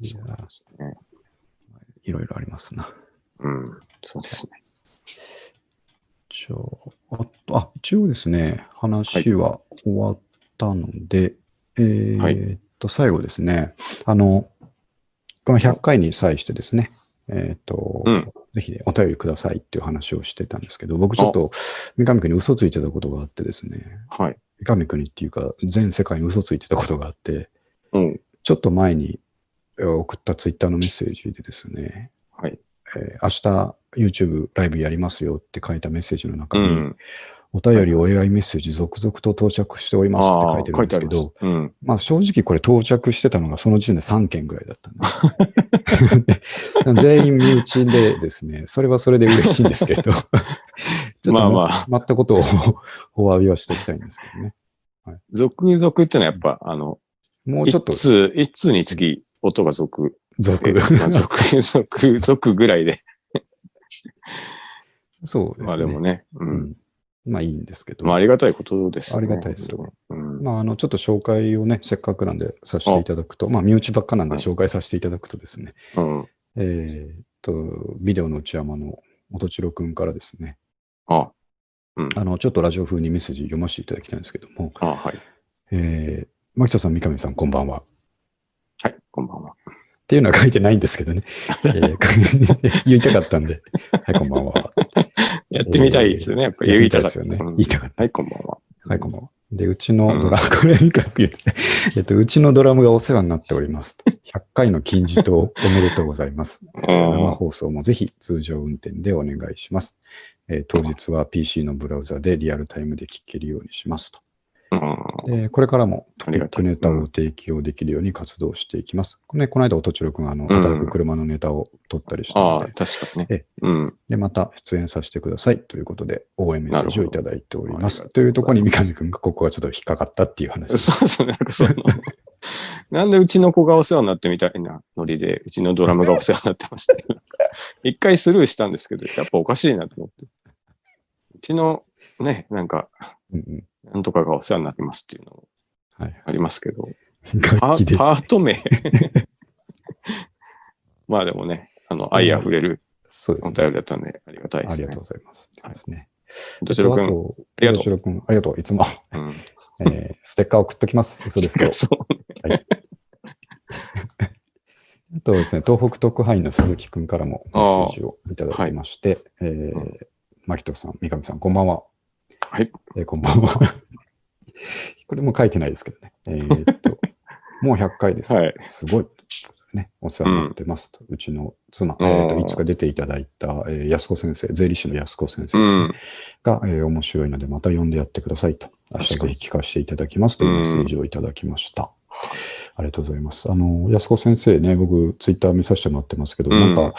S2: い
S1: そう
S2: や
S1: なん
S2: ー
S1: ですね。
S2: いろいろありますな。
S1: うん、そうですね。
S2: じゃあ、あとあ一応ですね、話は終わったので、えー
S1: はい
S2: っと、最後ですね、あの、この100回に際してですね、えーっと、
S1: うん
S2: ぜひね、お便りくださいっていう話をしてたんですけど、僕ちょっと三上君に嘘ついてたことがあってですね、
S1: はい。
S2: 三上君にっていうか、全世界に嘘ついてたことがあって、
S1: うん。
S2: ちょっと前にえー送ったツイッターのメッセージでですね、
S1: はい。
S2: えー明日 YouTube ライブやりますよって書いたメッセージの中
S1: う
S2: に、
S1: ん。
S2: お便り、お祝いメッセージ続々と到着しておりますって書いてるんですけど、
S1: あー書いてあります
S2: まあ正直これ到着してたのがその時点で3件ぐらいだったん でで全員身内でですね、それはそれで嬉しいんです けど、ちょっと
S1: まあまあ
S2: まったことを お詫びはしておきたいんですけどね。
S1: うん。続々ってのはやっぱ、あの、
S2: もうちょ
S1: 一
S2: っと
S1: 通、一通につき音が続。
S2: 続
S1: で、まあ、続、続、続ぐらいで。
S2: そうですね。
S1: まあでもね。う。
S2: うんん、まあいいんですけど。
S1: まあありがたいことですね。
S2: ありがたいですよ
S1: うん。
S2: まあ、あの、ちょっと紹介をね、せっかくなんでさせていただくと、まあ、身内ばっかなんで紹介させていただくとですね、
S1: うん。
S2: えーっと、ビデオの内山の音千代くんからですね、
S1: あ、
S2: あの、ちょっとラジオ風にメッセージ読ませていただきたいんですけども、
S1: あ、はい。
S2: えー、牧田さん、三上さん、こんばんは。っ
S1: はい、こんばんは。
S2: ていうのは書いてないんですけど ね、えー言いたかったんで、はい、こんばんは。
S1: やってみたいですよね。やっぱり言いたかった。
S2: やってみですよ
S1: う
S2: ね。
S1: ん
S2: 言いたかった。
S1: はい、こんばんは。
S2: はい、こんばんは。で、うちのドラム、これにかく言って、えっと、うちのドラムがお世話になっておりますと。100回の金字塔おめでとうございます。えー生放送もぜひ通常運転でお願いします。えー当日は PC のブラウザでリアルタイムで聞けるようにしますと。
S1: うん。
S2: でこれからもト
S1: あ
S2: ピ
S1: り
S2: ッ
S1: が
S2: ク
S1: たい
S2: ネタを提供できるように活動していきます。これね、この間、音千代君があの
S1: うん
S2: 働く車のネタを取ったりした
S1: ああ、
S2: ので
S1: 確、かに
S2: え
S1: ね。うん。
S2: で、また出演させてくださいということで、応援メッセージをいただいておりま
S1: な
S2: す。
S1: るほど
S2: というところに三上君がここはちょっと引っかかったっていう話です。
S1: そうですね。なんかその、なんでうちの子がお世話になってみたいなノリで、うちのドラムがお世話になって ましたけど、一回スルーしたんですけど、やっぱおかしいなと思って。うちのね、なんか、
S2: うんうん
S1: なんとかがお世話になってますっていうのも
S2: はい。
S1: ありますけど、パ
S2: 楽器で。
S1: パー ト名。まあでもね、あの、愛あふれる
S2: そうで
S1: お
S2: すね。
S1: 便りだったんで、ありがたいで
S2: あ
S1: す
S2: りが
S1: ね
S2: とう。ございます。
S1: はい
S2: ですね。
S1: どちら
S2: あ
S1: くん、
S2: と
S1: ありがとう
S2: どちらくん、ありがとう。いつも、
S1: うん。
S2: えーステッカー送っとき ます。嘘ですけど。
S1: そう。
S2: あとですね、東北特派員の鈴木くんからもメッセージをいただきまして、えー
S1: うん
S2: 牧人さん、三上さん、こんばんは。
S1: はい。
S2: えーこんばんは。 これも書いてないですけどね。えーっと、もう100回です。
S1: はい
S2: すごい。ね、お世話になってますと。うちの妻、えーっ
S1: う
S2: と
S1: ん
S2: いつか出ていただいた、えー安子先生、税理士の安子先生です
S1: う
S2: ね、
S1: ん。
S2: が、えー面白いので、また読んでやってくださいと。明日ぜひ聞かせていただきますというメッセージをいただきました。ありがとうございます。あの、安子先生ね、僕、ツイッター見させてもらってますけど、
S1: うん
S2: なんか、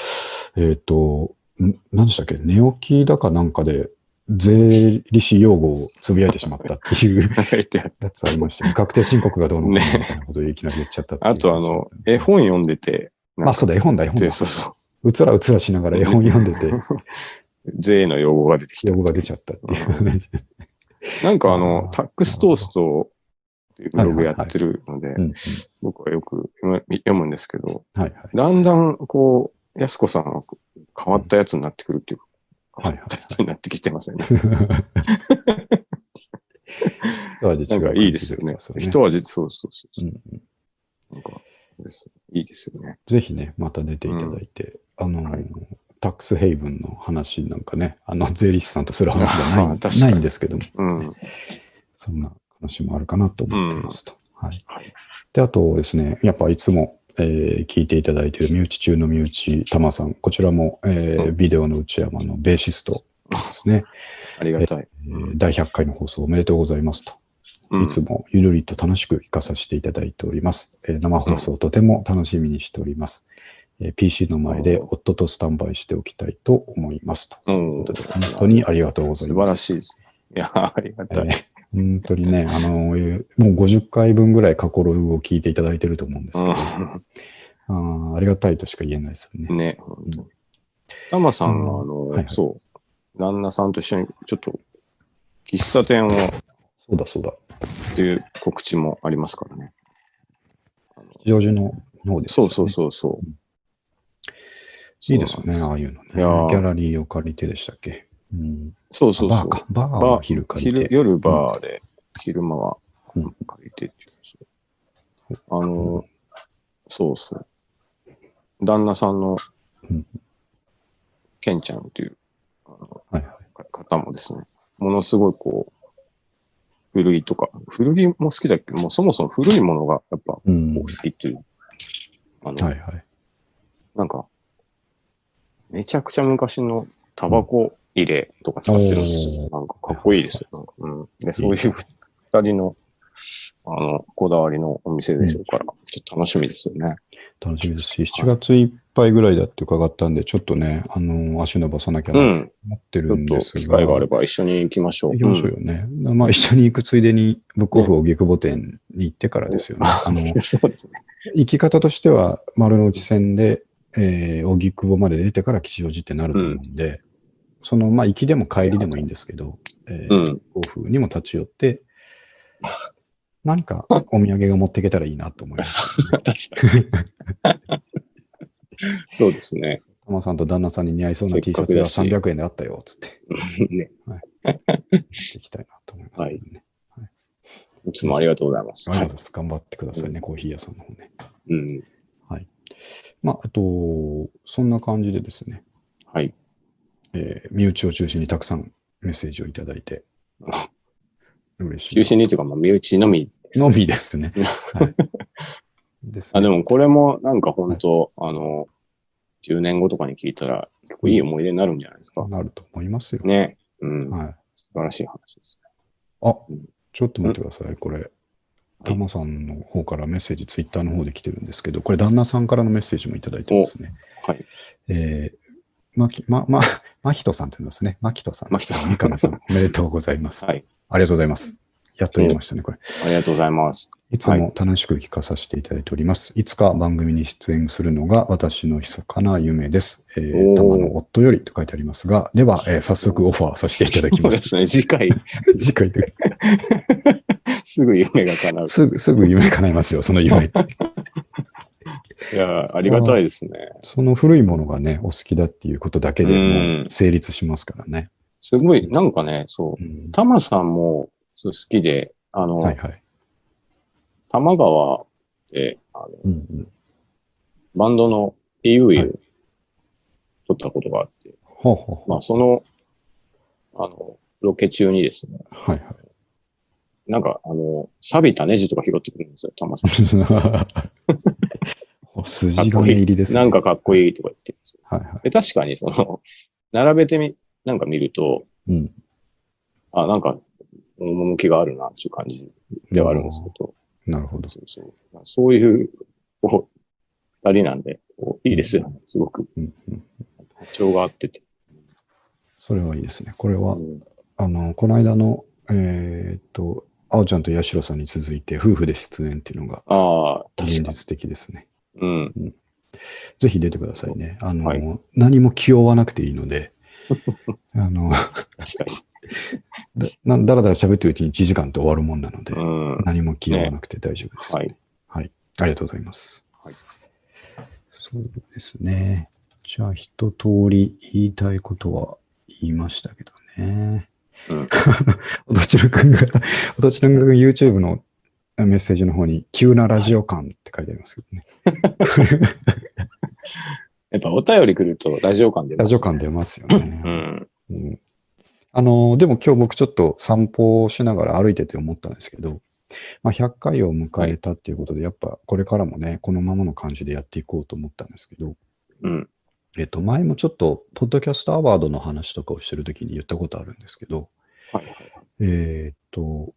S2: えっ、と、ん何でしたっけ、寝起きだかなんかで、税理士用語をつぶやいてしまったっていう
S1: はいで
S2: やつありましたね。確定申告がどうのこうのみたいなことをいきなり言っちゃったっていう
S1: あと、あの、絵本読んでて、な
S2: ま
S1: ん
S2: あ
S1: か
S2: そうだ、絵本だ、絵本だ
S1: で、。そうそう。
S2: うつらうつらしながら絵本読んで て、
S1: 税の用語が出てき
S2: 用語が出
S1: た。
S2: ちゃったっていう 話。
S1: なんかあ
S2: あー
S1: の、タックストーストっていうブログやってるので
S2: う、んうん
S1: 僕はよく読む読むんですけど、
S2: はいはい。
S1: だんだん、こう、安子さんは変わったやつになってくるっていうか、
S2: ん
S1: 変わった人になってきてますよね。な
S2: なん
S1: かいいですよね。人は実、そうそうそうう。
S2: んうん
S1: なんかです、いいですよね。
S2: ぜひね、また出ていただいて、あの、
S1: はい
S2: タックスヘイブンの話なんかね、あの、税理士さんとする話じゃ
S1: あ
S2: な
S1: ー
S2: い
S1: 確か
S2: な
S1: に
S2: いんですけども、
S1: うん。
S2: そんな話もあるかなと思ってますと。はい
S1: はい。
S2: で、あとですね、やっぱいつも、えー聞いていただいている身内中の身内、たまさん。こちらも、えー
S1: うん
S2: ビデオの内山のベーシストですね。
S1: ありがたい。
S2: えー第100回の放送おめでとうございますと。いつもゆるりと楽しく聞かさせていただいております。えー生放送とても楽しみにしております。えー PC の前で夫とスタンバイしておきたいと思いますと。
S1: うん、
S2: ということで本当にありがとうござい
S1: 素
S2: ま
S1: 晴ら
S2: す。
S1: しいですね。いや、ありがたい。
S2: えー本当にね、あのーもう50回分ぐらい過去ログを聞いていただいてると思うんですけど、あーありがたいとしか言えないですよね。
S1: うん、ね、本当に。タマさんは、あの、
S2: はいはい
S1: そう、旦那さんと一緒に、ちょっと、喫茶店をっ
S2: そうだそうだ。
S1: ていう告知もありますからね。
S2: 吉祥寺の方です
S1: そ
S2: よね、
S1: うそうそうそう。
S2: いいですよね、
S1: そ
S2: あ
S1: うなんで
S2: あいうのね。
S1: い
S2: ギ
S1: やー
S2: ャラリーを借りてでしたっけ。うん、
S1: す。そうそう
S2: バ
S1: そ
S2: ー
S1: う。
S2: か。バー
S1: バ
S2: を
S1: ー
S2: 昼借り
S1: 昼
S2: て。
S1: 夜バーで、昼間は
S2: うん
S1: 借りてっていうそうあの、そうそう。旦那さんの
S2: うん、
S1: ケンちゃんというあの
S2: はいはい。
S1: か方もですね、ものすごいこう、古着とか、古着も好きだけど、もうそもそも古いものがやっぱこ
S2: うん
S1: う好きっていう、あの、
S2: はいはい。
S1: なんか、めちゃくちゃ昔のタバコ入れとか使ってるんですよ。なんかかっこいいですよ。なんかうん、でそういう二人の、あの、こだわりのお店でしょうから、ちょっと楽しみですよね。
S2: 楽しみですし、7月いっぱいぐらいだって伺ったんで、ちょっとね、あのー足伸ばさなきゃな
S1: う
S2: と
S1: ん。
S2: 思って
S1: ち
S2: る
S1: ょっ
S2: んで
S1: と
S2: すが。
S1: 機会があれば一緒に行きましょ
S2: 行
S1: う。
S2: きましょうよね。まあ一緒に行くついでに、ブックオフを下久保店に行ってからですよね。あのー
S1: うん そうで すね。
S2: 行き方としては、丸の内線で、えー、荻窪まで出てから吉祥寺ってなると思うんで、その、まあ、行きでも帰りでもいいんですけど、え
S1: う
S2: ー、
S1: ん。
S2: 甲府にも立ち寄って、何かお土産が持っていけたらいいなと思い ます。
S1: 確かに。そうですね。
S2: タマさんと旦那さんに似合いそうな
S1: せっ
S2: T シ
S1: か
S2: ャ
S1: く
S2: ツが
S1: だし
S2: 300円であったよ、つって、
S1: ね
S2: 行きたいなと思います、ね。
S1: いつもありがとうございます。
S2: ありがとうございます。頑張ってくださいね、コーヒー屋さんの方ね。
S1: うん。
S2: まあ、あと、そんな感じでですね、
S1: はい。
S2: えー身内を中心にたくさんメッセージをいただい て、嬉しい
S1: 中
S2: な。
S1: 心にというか、まあ、身内のみ
S2: のみですね。 はい、です
S1: あ
S2: ね
S1: でもこれもなんか本当、あの、10年後とかに聞いたら、結構いい思い出になるんじゃないですか。
S2: なると思いますよ。
S1: ね。うん。
S2: はい、
S1: 素晴らしい話です
S2: あちょっと待ってください。これ、タマさんの方からメッセージ、ツイッターの方で来てるんですけど、これ、旦那さんからのメッセージもいただいてますね。
S1: おはい。
S2: えーまき、ま、ま、まひとさんって言うんですね。まきとさん。
S1: まきとさん
S2: 三上さん、 おめでとうございます。
S1: ね。はい。
S2: ありがとうございます。やっと言いましたね、これ。
S1: ありがとうございます。
S2: いつも楽しく聞かさせていただいております。い、つか番組に出演するのが私の密かな夢です。え
S1: お
S2: ー、
S1: ー
S2: たまの夫よりと書いてありますが、では、えー早速オファーさせていただき
S1: そ
S2: ま。
S1: う ですすね。次回、
S2: 次回で。
S1: すぐ夢が叶う。
S2: すぐ、すぐ夢叶いますよ、その夢。
S1: いや、ありがたいですね。
S2: その古いものがね、お好きだっていうことだけでも
S1: うん
S2: う成立しますからね。
S1: すごい、なんかね、そうう。
S2: ん
S1: タマさんもそう好きで、あの、
S2: はいはい。
S1: 多摩川で、あの
S2: うんうん
S1: バンドの PV を
S2: はい
S1: 撮ったことがあって、
S2: ほうほうほう
S1: まあ、その、あの、ロケ中にですね、
S2: はい は
S1: なんか、あの、錆びたネジとか拾ってくるんですよ、タマ さん。
S2: い。筋金入りです、ね。
S1: なんかかっこいいとか言ってるんですよ。
S2: はいは
S1: で、確かにその、 並べてみ、なんか見ると、
S2: い。うん。
S1: あ、なんか、趣があるな、っていう感じではあるんですけど、
S2: なるほど。
S1: そうそう。そういう、こう、二人なんで、こういいですよ、ね、すごく。
S2: うんうん、
S1: 波長が合ってて。
S2: それはいいですね。これは
S1: うん
S2: あの、この間の、えーっと、あおちゃんとやしろさんに続いて、夫婦で出演っていうのが
S1: ああ、確
S2: 現
S1: かに。
S2: 実的ですね。
S1: うん。
S2: ぜひ出てくださいね。あの、
S1: はい
S2: 何も気負わなくていいので、あの、
S1: 確か
S2: だなだらだら喋ってるうちに1時間って終わるもんなので、
S1: に。うん。
S2: 何も気負わなくて大丈夫です、
S1: は
S2: はい。
S1: い。
S2: ありがとうございます。
S1: はい
S2: そうですね。じゃあ、一通り言いたいことは言いましたけどね。
S1: うん。
S2: おとちろくんが、おとちろくんが YouTube のメッセージの方に、急なラジオ感って書いてありますけどね。
S1: やっぱお便り来るとラジオ感出ま
S2: ラ
S1: す、
S2: ジオ感出ますよね。
S1: うん。
S2: うんあの、でも今日僕ちょっと散歩をしながら歩いてて思ったんですけど、まあ、100回を迎えたっていうことで、やっぱこれからもね、このままの感じでやっていこうと思ったんですけど、
S1: うん。
S2: えっと、前もちょっと、ポッドキャストアワードの話とかをしてるときに言ったことあるんですけど、
S1: はい
S2: えーっと、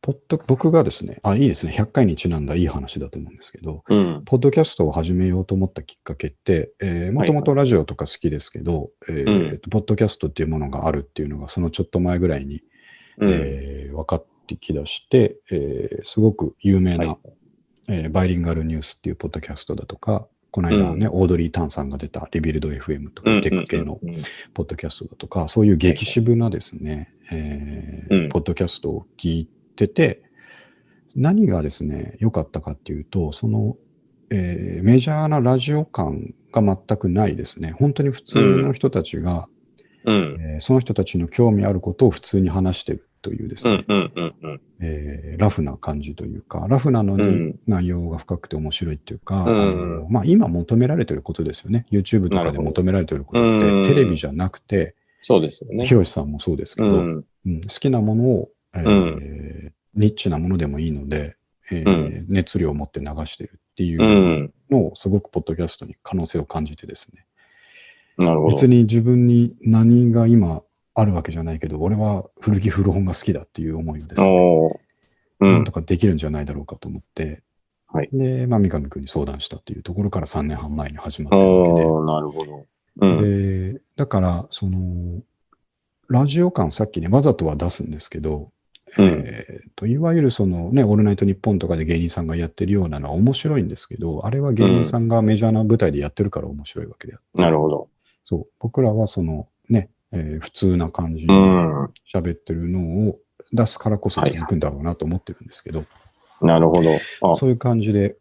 S2: ポッド、僕がですね、あ、いいですね、100回にちなんだいい話だと思うんですけど、
S1: うん。
S2: ポッドキャストを始めようと思ったきっかけって、えー、もともとラジオとか好きですけど、えー
S1: うん
S2: ポッドキャストっていうものがあるっていうのが、そのちょっと前ぐらいに、
S1: うん。
S2: えー分かってきだして、えーすごく有名な、
S1: はい
S2: えーバイリンガルニュースっていうポッドキャストだとか、この間ね、オードリー・タンさんが出たリビルド FM とか、テック系の
S1: うんうん
S2: ポッドキャストだとか、そういう激渋なですね、えー
S1: うん
S2: ポッドキャストを聞いてて、何がですね、良かったかっていうと、その、えーメジャーなラジオ感が全くないですね。本当に普通の人たちが、
S1: うん。
S2: えーその人たちの興味あることを普通に話してるというです
S1: う
S2: ね、
S1: ん。うん。うん。うん。
S2: えーラフな感じというか、ラフなの
S1: う
S2: に
S1: ん
S2: 内容が深くて面白いっていうか、
S1: うん
S2: あのまあ、今求められてることですよね。YouTube と
S1: な
S2: か
S1: る
S2: で
S1: ほど
S2: 求められてることって、
S1: うん
S2: テレビじゃなくて、
S1: そうですよね。
S2: ヒロシさんもそうですけ
S1: う
S2: ど、
S1: ん。
S2: うん好きなものを、えー
S1: う
S2: ニッチなものでもいいので、えー
S1: うん。
S2: 熱量を持って流してるっていううんのを、すごくポッドキャストに可能性を感じてですね。
S1: なるほ
S2: 別
S1: ど。
S2: に自分に何が今あるわけじゃないけど、俺は古着古本が好きだっていう思いをですね、
S1: おーう
S2: なん
S1: ん
S2: と。かできるんじゃないだろうかと思って、
S1: はい
S2: で、まあ、三上君に相談したっていうところから3年半前に始まったわけで、
S1: おーなるほど。うん。
S2: でだから、その、ラジオ感さっきね、わざとは出すんですけど、
S1: うん
S2: えーといわゆるそのね、オールナイトニッポンとかで芸人さんがやってるようなのは面白いんですけど、あれは芸人さんがメジャーな舞台でやってるから面白いわけであって、
S1: なるほど。
S2: そう、僕らはそのね、えー普通な感じ
S1: う
S2: で
S1: ん。
S2: 喋ってるのを出すからこそ続くんだろうなと思ってるんですけど、
S1: なるほど。あ、
S2: そういう感じで、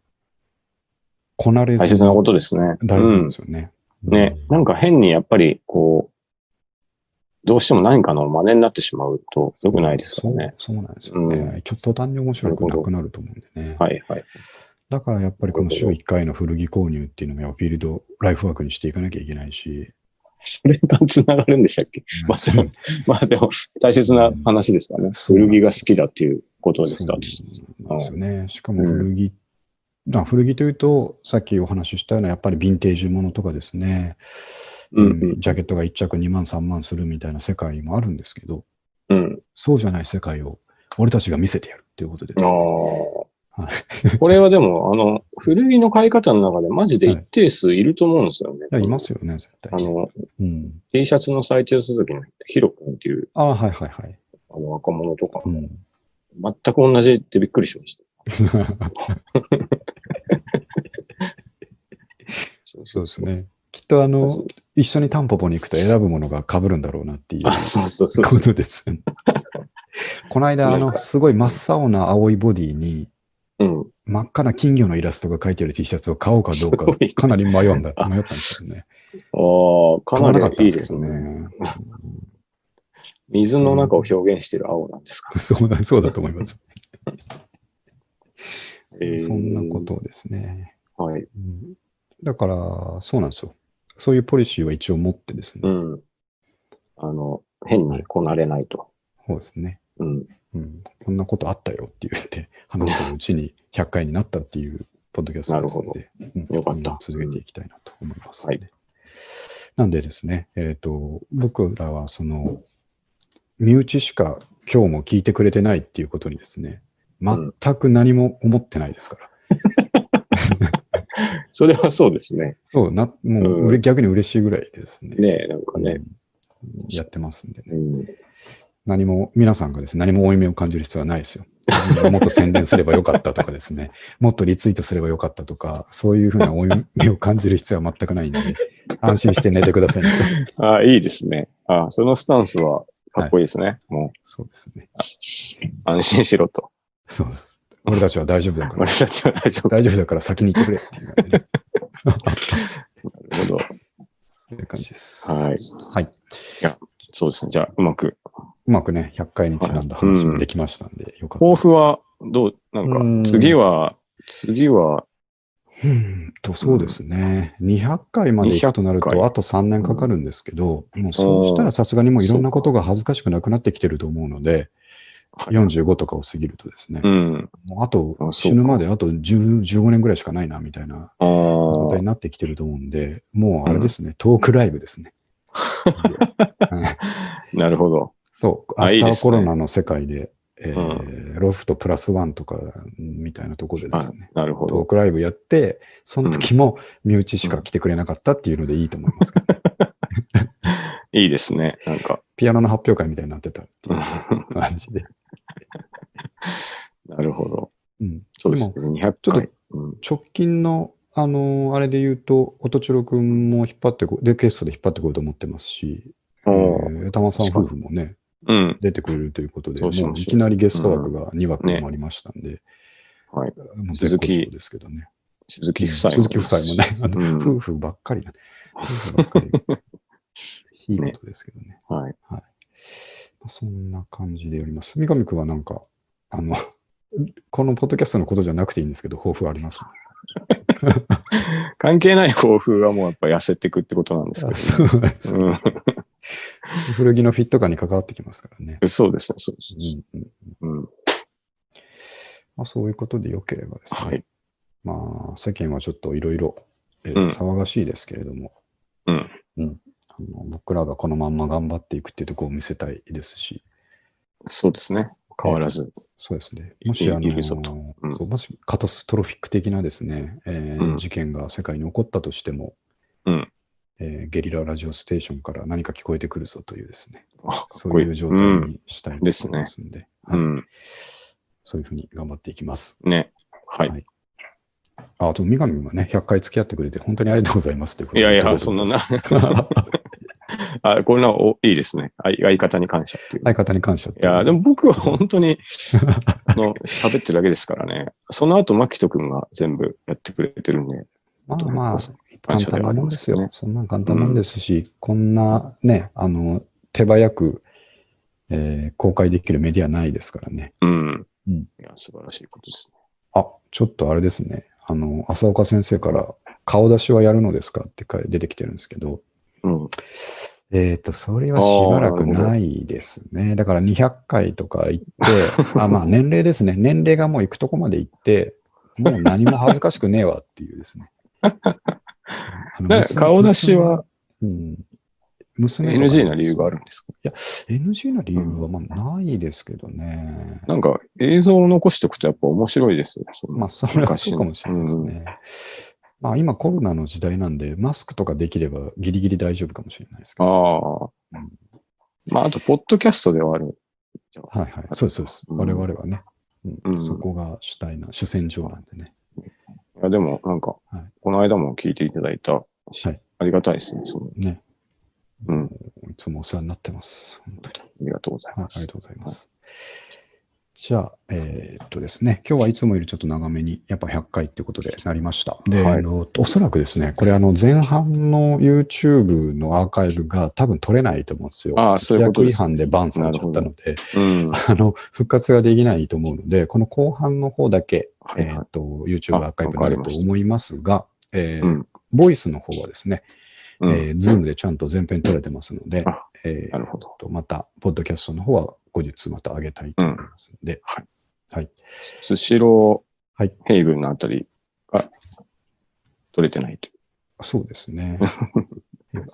S2: こなれ
S1: 大
S2: ず
S1: 切なことですね。
S2: 大事なんですよね。
S1: うん。ね。なんか変にやっぱり、こう、どうしても何かの真似になってしまうと良くないですからね。
S2: そう。そうなんですよね。
S1: う
S2: ちょっと途端に面白くなくなると思うんでね。
S1: はいはい。
S2: だからやっぱりこの週1回の古着購入っていうのもやっぱフィールドライフワークにしていかなきゃいけないし、
S1: それと繋がるんでしたっけまあでも、まあでも、大切な話ですからね。
S2: そう
S1: 古着が好きだっていうことでス
S2: そ
S1: ター
S2: う
S1: トして
S2: なんですよね。しかも古着、あ古着というと、さっきお話ししたようなやっぱりヴィンテージものとかですね、
S1: うんうん
S2: ジャケットが1着2万3万するみたいな世界もあるんですけど、
S1: うん。
S2: そうじゃない世界を俺たちが見せてやるっていうことで
S1: あ
S2: す
S1: あ
S2: ね、。は
S1: これはでも、あの、古着の買い方の中でマジで一定数いると思うんですよね。
S2: いや、いますよね、絶対。
S1: あの、
S2: うん、
S1: T シャツの最中するときのヒロ君っていう
S2: ああ、はいはいはい。
S1: あの若者とか
S2: う
S1: も
S2: ん、
S1: 全く同じってびっくりしました。そう
S2: そうです。ね。きっとあの、
S1: そう
S2: 一緒にタンポポに行くと選ぶものが被るんだろうなっていう
S1: あ、そうそうそう
S2: こ
S1: そう。
S2: とですよ ね。この間、あの、すごい真っ青な青いボディに、
S1: うん。
S2: 真っ赤な金魚のイラストが描いてある T シャツを買おうかどう
S1: すご
S2: か、
S1: い
S2: かなり迷うんだ、迷ったんですよね。
S1: ああ、
S2: 買わ
S1: か
S2: なか
S1: な
S2: った
S1: り
S2: ん
S1: い
S2: です
S1: いで
S2: け
S1: す
S2: ど
S1: ね。
S2: ね。
S1: 水の中を表現してる青なんですか。
S2: そうだ、そうだと思い ます。
S1: えー
S2: そんなことをですね。
S1: はい。
S2: うんだから、そうなんですよ。そういうポリシーは一応持ってです
S1: う
S2: ね。
S1: ん。あの、変にこなれないと。
S2: そうですね。
S1: うん。
S2: うん、こんなことあったよって言って 話してるうちに100回になったっていうポッドキャストですので、うん
S1: よかった
S2: うん続けていきたいなと思いますので、なんでですね、えっ、と、僕らはその、身内しか今日も聞いてくれてないっていうことにですね、全
S1: ん
S2: く何も思ってないですから。
S1: それはそうですね。
S2: そう、な、もううれ、
S1: うん
S2: 逆に嬉しいぐらいですね。
S1: ねえ、なんか
S2: う
S1: ね
S2: ん。やってますんでね。
S1: うん。
S2: 何も、皆さんがですね、何も負い目を感じる必要はないです よ。もっと宣伝すればよかったとかですね、もっとリツイートすればよかったとか、そういうふうな負い目を感じる必要は全くないんで、安心して寝てくださいね。
S1: ああ、いいですね。ああ、そのスタンスはかっこいいですね。も
S2: そうですね。
S1: う、安心しろと。
S2: そうです。俺たちは大丈夫だから
S1: 俺、 たちは大丈夫。
S2: 大丈夫だから先に行ってくれっていう,、ね、
S1: なるほど。
S2: そういう感じです。
S1: はい。
S2: はい
S1: いや、そうですね。じゃあ、うまく。
S2: うまくね、100回にちなんだ話もできましたんで、よかった
S1: 抱
S2: です
S1: 負は、どう、な
S2: うんん
S1: か、次は、次は、
S2: うんと、そうですね。200回まで行くとなる
S1: 200
S2: と、
S1: 回
S2: あと3年かかるんですけど、もうそうしたらさすがにもういろんなことが恥ずかしくなくなってきてると思うので、
S1: はい
S2: 45とかを過ぎるとですね、
S1: うん。
S2: もうあと
S1: あそう
S2: 死
S1: か
S2: ぬまであと10 15年ぐらいしかないなみたいな
S1: あ
S2: 状態
S1: あ。
S2: になってきてると思うんで、もうあれですね、トークライブです ね。はい
S1: なるほど。
S2: そう、ア
S1: あい
S2: フ
S1: い
S2: タ
S1: で
S2: ー
S1: すね
S2: コロナの世界で、えーロフトプラスワンとかみたいなところでで
S1: あ
S2: すね、
S1: なるほ
S2: トー
S1: ど。
S2: クライブやって、その時も身内しか来てくれなかったっていうのでいいと思い ますけど、
S1: いいですね。なんか。
S2: ピアノの発表会みたいになってたって
S1: う
S2: い
S1: ん
S2: う感じで。
S1: なるほど。
S2: うん、
S1: そうですね。200
S2: ちょっ
S1: 回。うん。
S2: 直近の、あのーあれで言うと、音千代くんも引っ張ってこ、で、ゲストで引っ張ってこようと思ってますし、え
S1: おー
S2: ー、玉さん夫婦もね、
S1: うん。
S2: 出てくれるということで、
S1: そうし
S2: も
S1: まし
S2: う
S1: ょう
S2: いきなりゲスト枠が2枠もありましたんで、
S1: はい。
S2: もう
S1: 鈴
S2: 絶好
S1: 木
S2: 調ですけどね。
S1: 鈴木
S2: うん
S1: 夫妻
S2: 鈴木夫妻もね、あの
S1: うん
S2: 夫婦ばっかりだね。夫婦ばっ かり。いいことですけどね。
S1: はい。
S2: まあそんな感じでおります。三上くんはなんか、あの、 このポッドキャストのことじゃなくていいんですけど、抱負はありますか
S1: 関係ない抱負はもうやっぱ痩せていくってことなんですけど、ね。
S2: そうです
S1: う
S2: 古着のフィット感に関わってきますからね。
S1: ん、そうですね、そうです
S2: う
S1: ね。
S2: んうん
S1: うん、
S2: まあ、そういうことでよければですね、
S1: はい。
S2: まあ世間はちょっといろいろえー
S1: うん
S2: 騒がしいですけれども、
S1: うん
S2: あの、僕らがこのまんま頑張っていくっていうところを見せたいですし、
S1: そうですね。変わらず。
S2: そうですね。もし、あの
S1: いるぞとうん
S2: そうもしカタストロフィック的なですね、えー
S1: うん
S2: 事件が世界に起こったとしても、
S1: うん
S2: えーゲリララジオステーションから何か聞こえてくるぞというですね、
S1: あ、かっ
S2: そ
S1: こ
S2: う
S1: いい。
S2: いう状態
S1: うん。
S2: にしたいと思いますんで、
S1: う
S2: はい
S1: ん。
S2: そういうふうに頑張っていきます。
S1: ね。はい。
S2: はいああと、三上がね、100回付き合ってくれて、本当にありがとうございますということ
S1: い
S2: で
S1: やいや、そんな。な。 あ、こんなお、いいですね。相相方に感謝っていう。
S2: 相方に感謝って
S1: いや、でも僕は本当 に、あの、喋ってるだけですからね。その後、牧人くんが全部やってくれてるんで。
S2: まあまあ
S1: そ、
S2: 簡単なもんですよ。
S1: 感謝ではありますよね
S2: そんなん簡単なんですし、こんなね、あの、手早く、えー公開できるメディアないですからね。
S1: うん。
S2: うん
S1: いや、素晴らしいことです
S2: あ、ちょっとあれですね。あの、浅岡先生から、顔出しはやるのですかって書い出てきてるんですけど、
S1: ね。うん。
S2: えっ、と、それはしばらくないですね。だから200回とか行って、あ、まあ年齢ですね。年齢がもう行くとこまで行って、もう何も恥ずかしくねえわっていう ですね。あの
S1: ね
S2: 娘
S1: 顔出しは
S2: うん娘とか
S1: NG な理由があるんですか
S2: ?NG な理由はまあないですけどね。
S1: なんか映像を残しておくとやっぱ面白いですよ。その
S2: まあ、それはそうかもしれないですね。まあ、今コロナの時代なんで、マスクとかできればギリギリ大丈夫かもしれないですけど。
S1: ああ。まあ、あと、ポッドキャストではある。
S2: はいはい。そうです、そうです。
S1: うん
S2: 我々はね、うん
S1: うん
S2: そこが主体な、主戦場なんでね。
S1: いや、でも、なんか
S2: はい、
S1: この間も聞いていただいたし、
S2: はい
S1: ありがたいですね。その
S2: ね。
S1: うん。
S2: いつもお世話になってます。本当に。
S1: ありがとうござい
S2: はい、
S1: ま
S2: あり
S1: す
S2: が。とうございます。じゃあ、えーっとですね、今日はいつもよりちょっと長めに、やっぱ100回ってことでなりました。で、
S1: はい
S2: あのおそらくですね、これあの前半の YouTube のアーカイブが多分取れないと思うんですよ。
S1: ああそういうこと
S2: 規
S1: で
S2: 約違
S1: す
S2: 反でバンされちゃったので、
S1: うん。は
S2: あの、復活ができないと思うので、この後半の方だけ、
S1: い、
S2: えー
S1: は
S2: っと、YouTube アーカイブになると思いますが、えー
S1: い。うん。
S2: ボイスの方はですね、
S1: うん
S2: えー、Zoom でちゃんと全編取れてますので
S1: あ、
S2: えー
S1: なるほど。
S2: と、また、ポッドキャストの方は後日また上げたいと思いますので、
S1: はい
S2: はい。
S1: スシロ
S2: は
S1: ー
S2: い、
S1: ヘイブンのあたりが取れてないという。
S2: そうです ね。あ、
S1: ま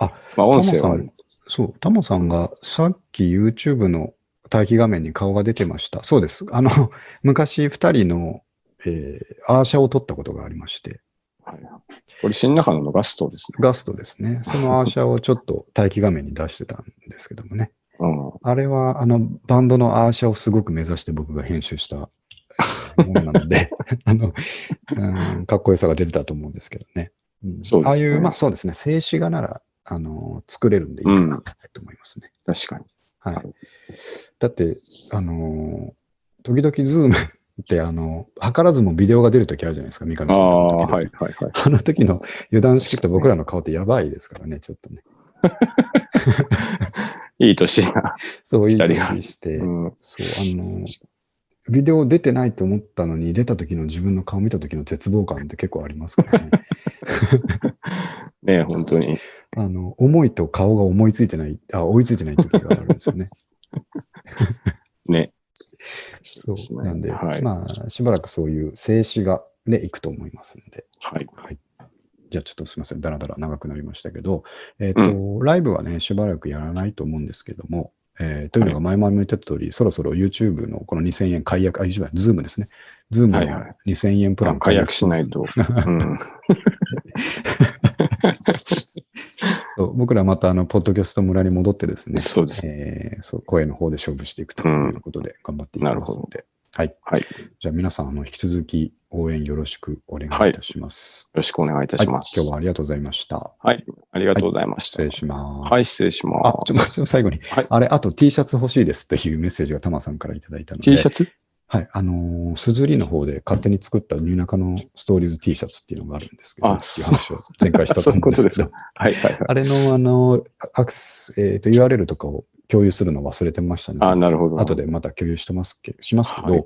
S1: あ、
S2: タモ
S1: 音声
S2: さ
S1: はある
S2: ん。、そう、タモさんがさっき YouTube の待機画面に顔が出てました。そうです。あの、 昔2人の、えーアーシャを撮ったことがありまして、
S1: はいこれ、新中野のガストですね。
S2: ガストですね。そのアーシャをちょっと待機画面に出してたんですけどもね。
S1: うん。
S2: あれは、あの、バンドのアーシャをすごく目指して僕が編集したえーものなの で、あの、うんかっこよさが出てたと思うんですけどね。うん
S1: そう
S2: あ
S1: ですね
S2: あいう、まあそうですね、静止画なら、あの、作れるんでいいかなと思いますね。
S1: 確かに。
S2: は
S1: はいい。
S2: だって、あのー時々ズームって、あの、図らずもビデオが出るときあるじゃないですか、三上さん
S1: あ
S2: と
S1: あ、
S2: か時々
S1: はい、はい、はい。
S2: あの時の油断してた僕らの顔ってやばいですからね、ちょっとね。
S1: いい年だ。
S2: そういう
S1: 二人が
S2: 感じして。
S1: うん。
S2: そう、あの、ビデオ出てないと思ったのに、出た時の自分の顔見た時の絶望感って結構あります からね。
S1: ねえ本当に。
S2: あの、思いと顔が思いついてない、あ、追いついてない時があるんですよね。
S1: ね。 そうですね。
S2: なんで、
S1: はい。
S2: まあ、しばらくそういう静止画でいくと思いますので。
S1: はい。
S2: じゃあちょっとすみません、だらだら長くなりましたけど、えっ、と、ライブはね、しばらくやらないと思うんですけども、えーというのが前も言った通り、そろそろ YouTube のこの2000円解約、あ、YouTube、Zoom ですね。Zoom の
S1: はいはい
S2: 2000円プラン
S1: 解約しない
S2: と
S1: と。うん。
S2: そう僕らまたあの、ポッドキャスト村に戻ってですね、
S1: そうです
S2: えーそう声の方で勝負していくということで、頑張っていきますので、はい。
S1: はい。よ
S2: じゃあ皆さん、あの、引き続き応援よろしくお願いいたします。
S1: ろしくお願いいた
S2: はい
S1: します。
S2: 今日はありがとうございました。
S1: ありがとうございました。
S2: 失
S1: は
S2: 礼します。
S1: い、失礼しま
S2: あ、
S1: す。
S2: ちょっと待って最後に、
S1: はい
S2: あれ、あと T シャツ欲しいですっていうメッセージがタマさんからいただいたので、
S1: T シャツ
S2: はい、あのー、すずりの方で勝手に作ったニューナカのストーリーズ T シャツっていうのがあるんですけど、
S1: あ
S2: っていう話を前回したと思うんですけ
S1: そうい
S2: ど、
S1: はいはいはい。
S2: あれの、あのーアクス、えっ、と、URL とかを共有するの忘れてましたね。
S1: あ、なるほど。
S2: 後でまた共有してますけしますけど、
S1: はいうん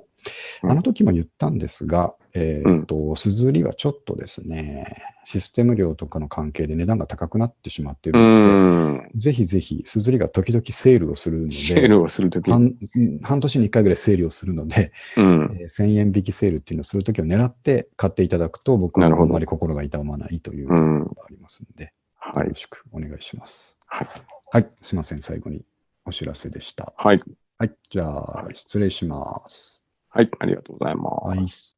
S2: あの時も言ったんですが、えっ、と、すずりはちょっとですね、システム量とかの関係で値段が高くなってしまっていうるので、
S1: ん。
S2: ぜひぜひ、すずりが時々セールをするので、
S1: セールをするとき。うん。
S2: 半半年に1回ぐらいセールをするので、えー1000円引きセールっていうのをするときを狙って買っていただくと、僕は
S1: なる
S2: あ
S1: ほ
S2: ん
S1: ど
S2: まり心が痛まないという
S1: う
S2: の
S1: ん。
S2: がありますので、
S1: は
S2: よ
S1: い
S2: ろ。しくお願いします。
S1: はい。
S2: はい、すいません、最後にお知らせでした。
S1: はい。
S2: はい、じゃあ、失礼します。
S1: はい。ありがとうございます。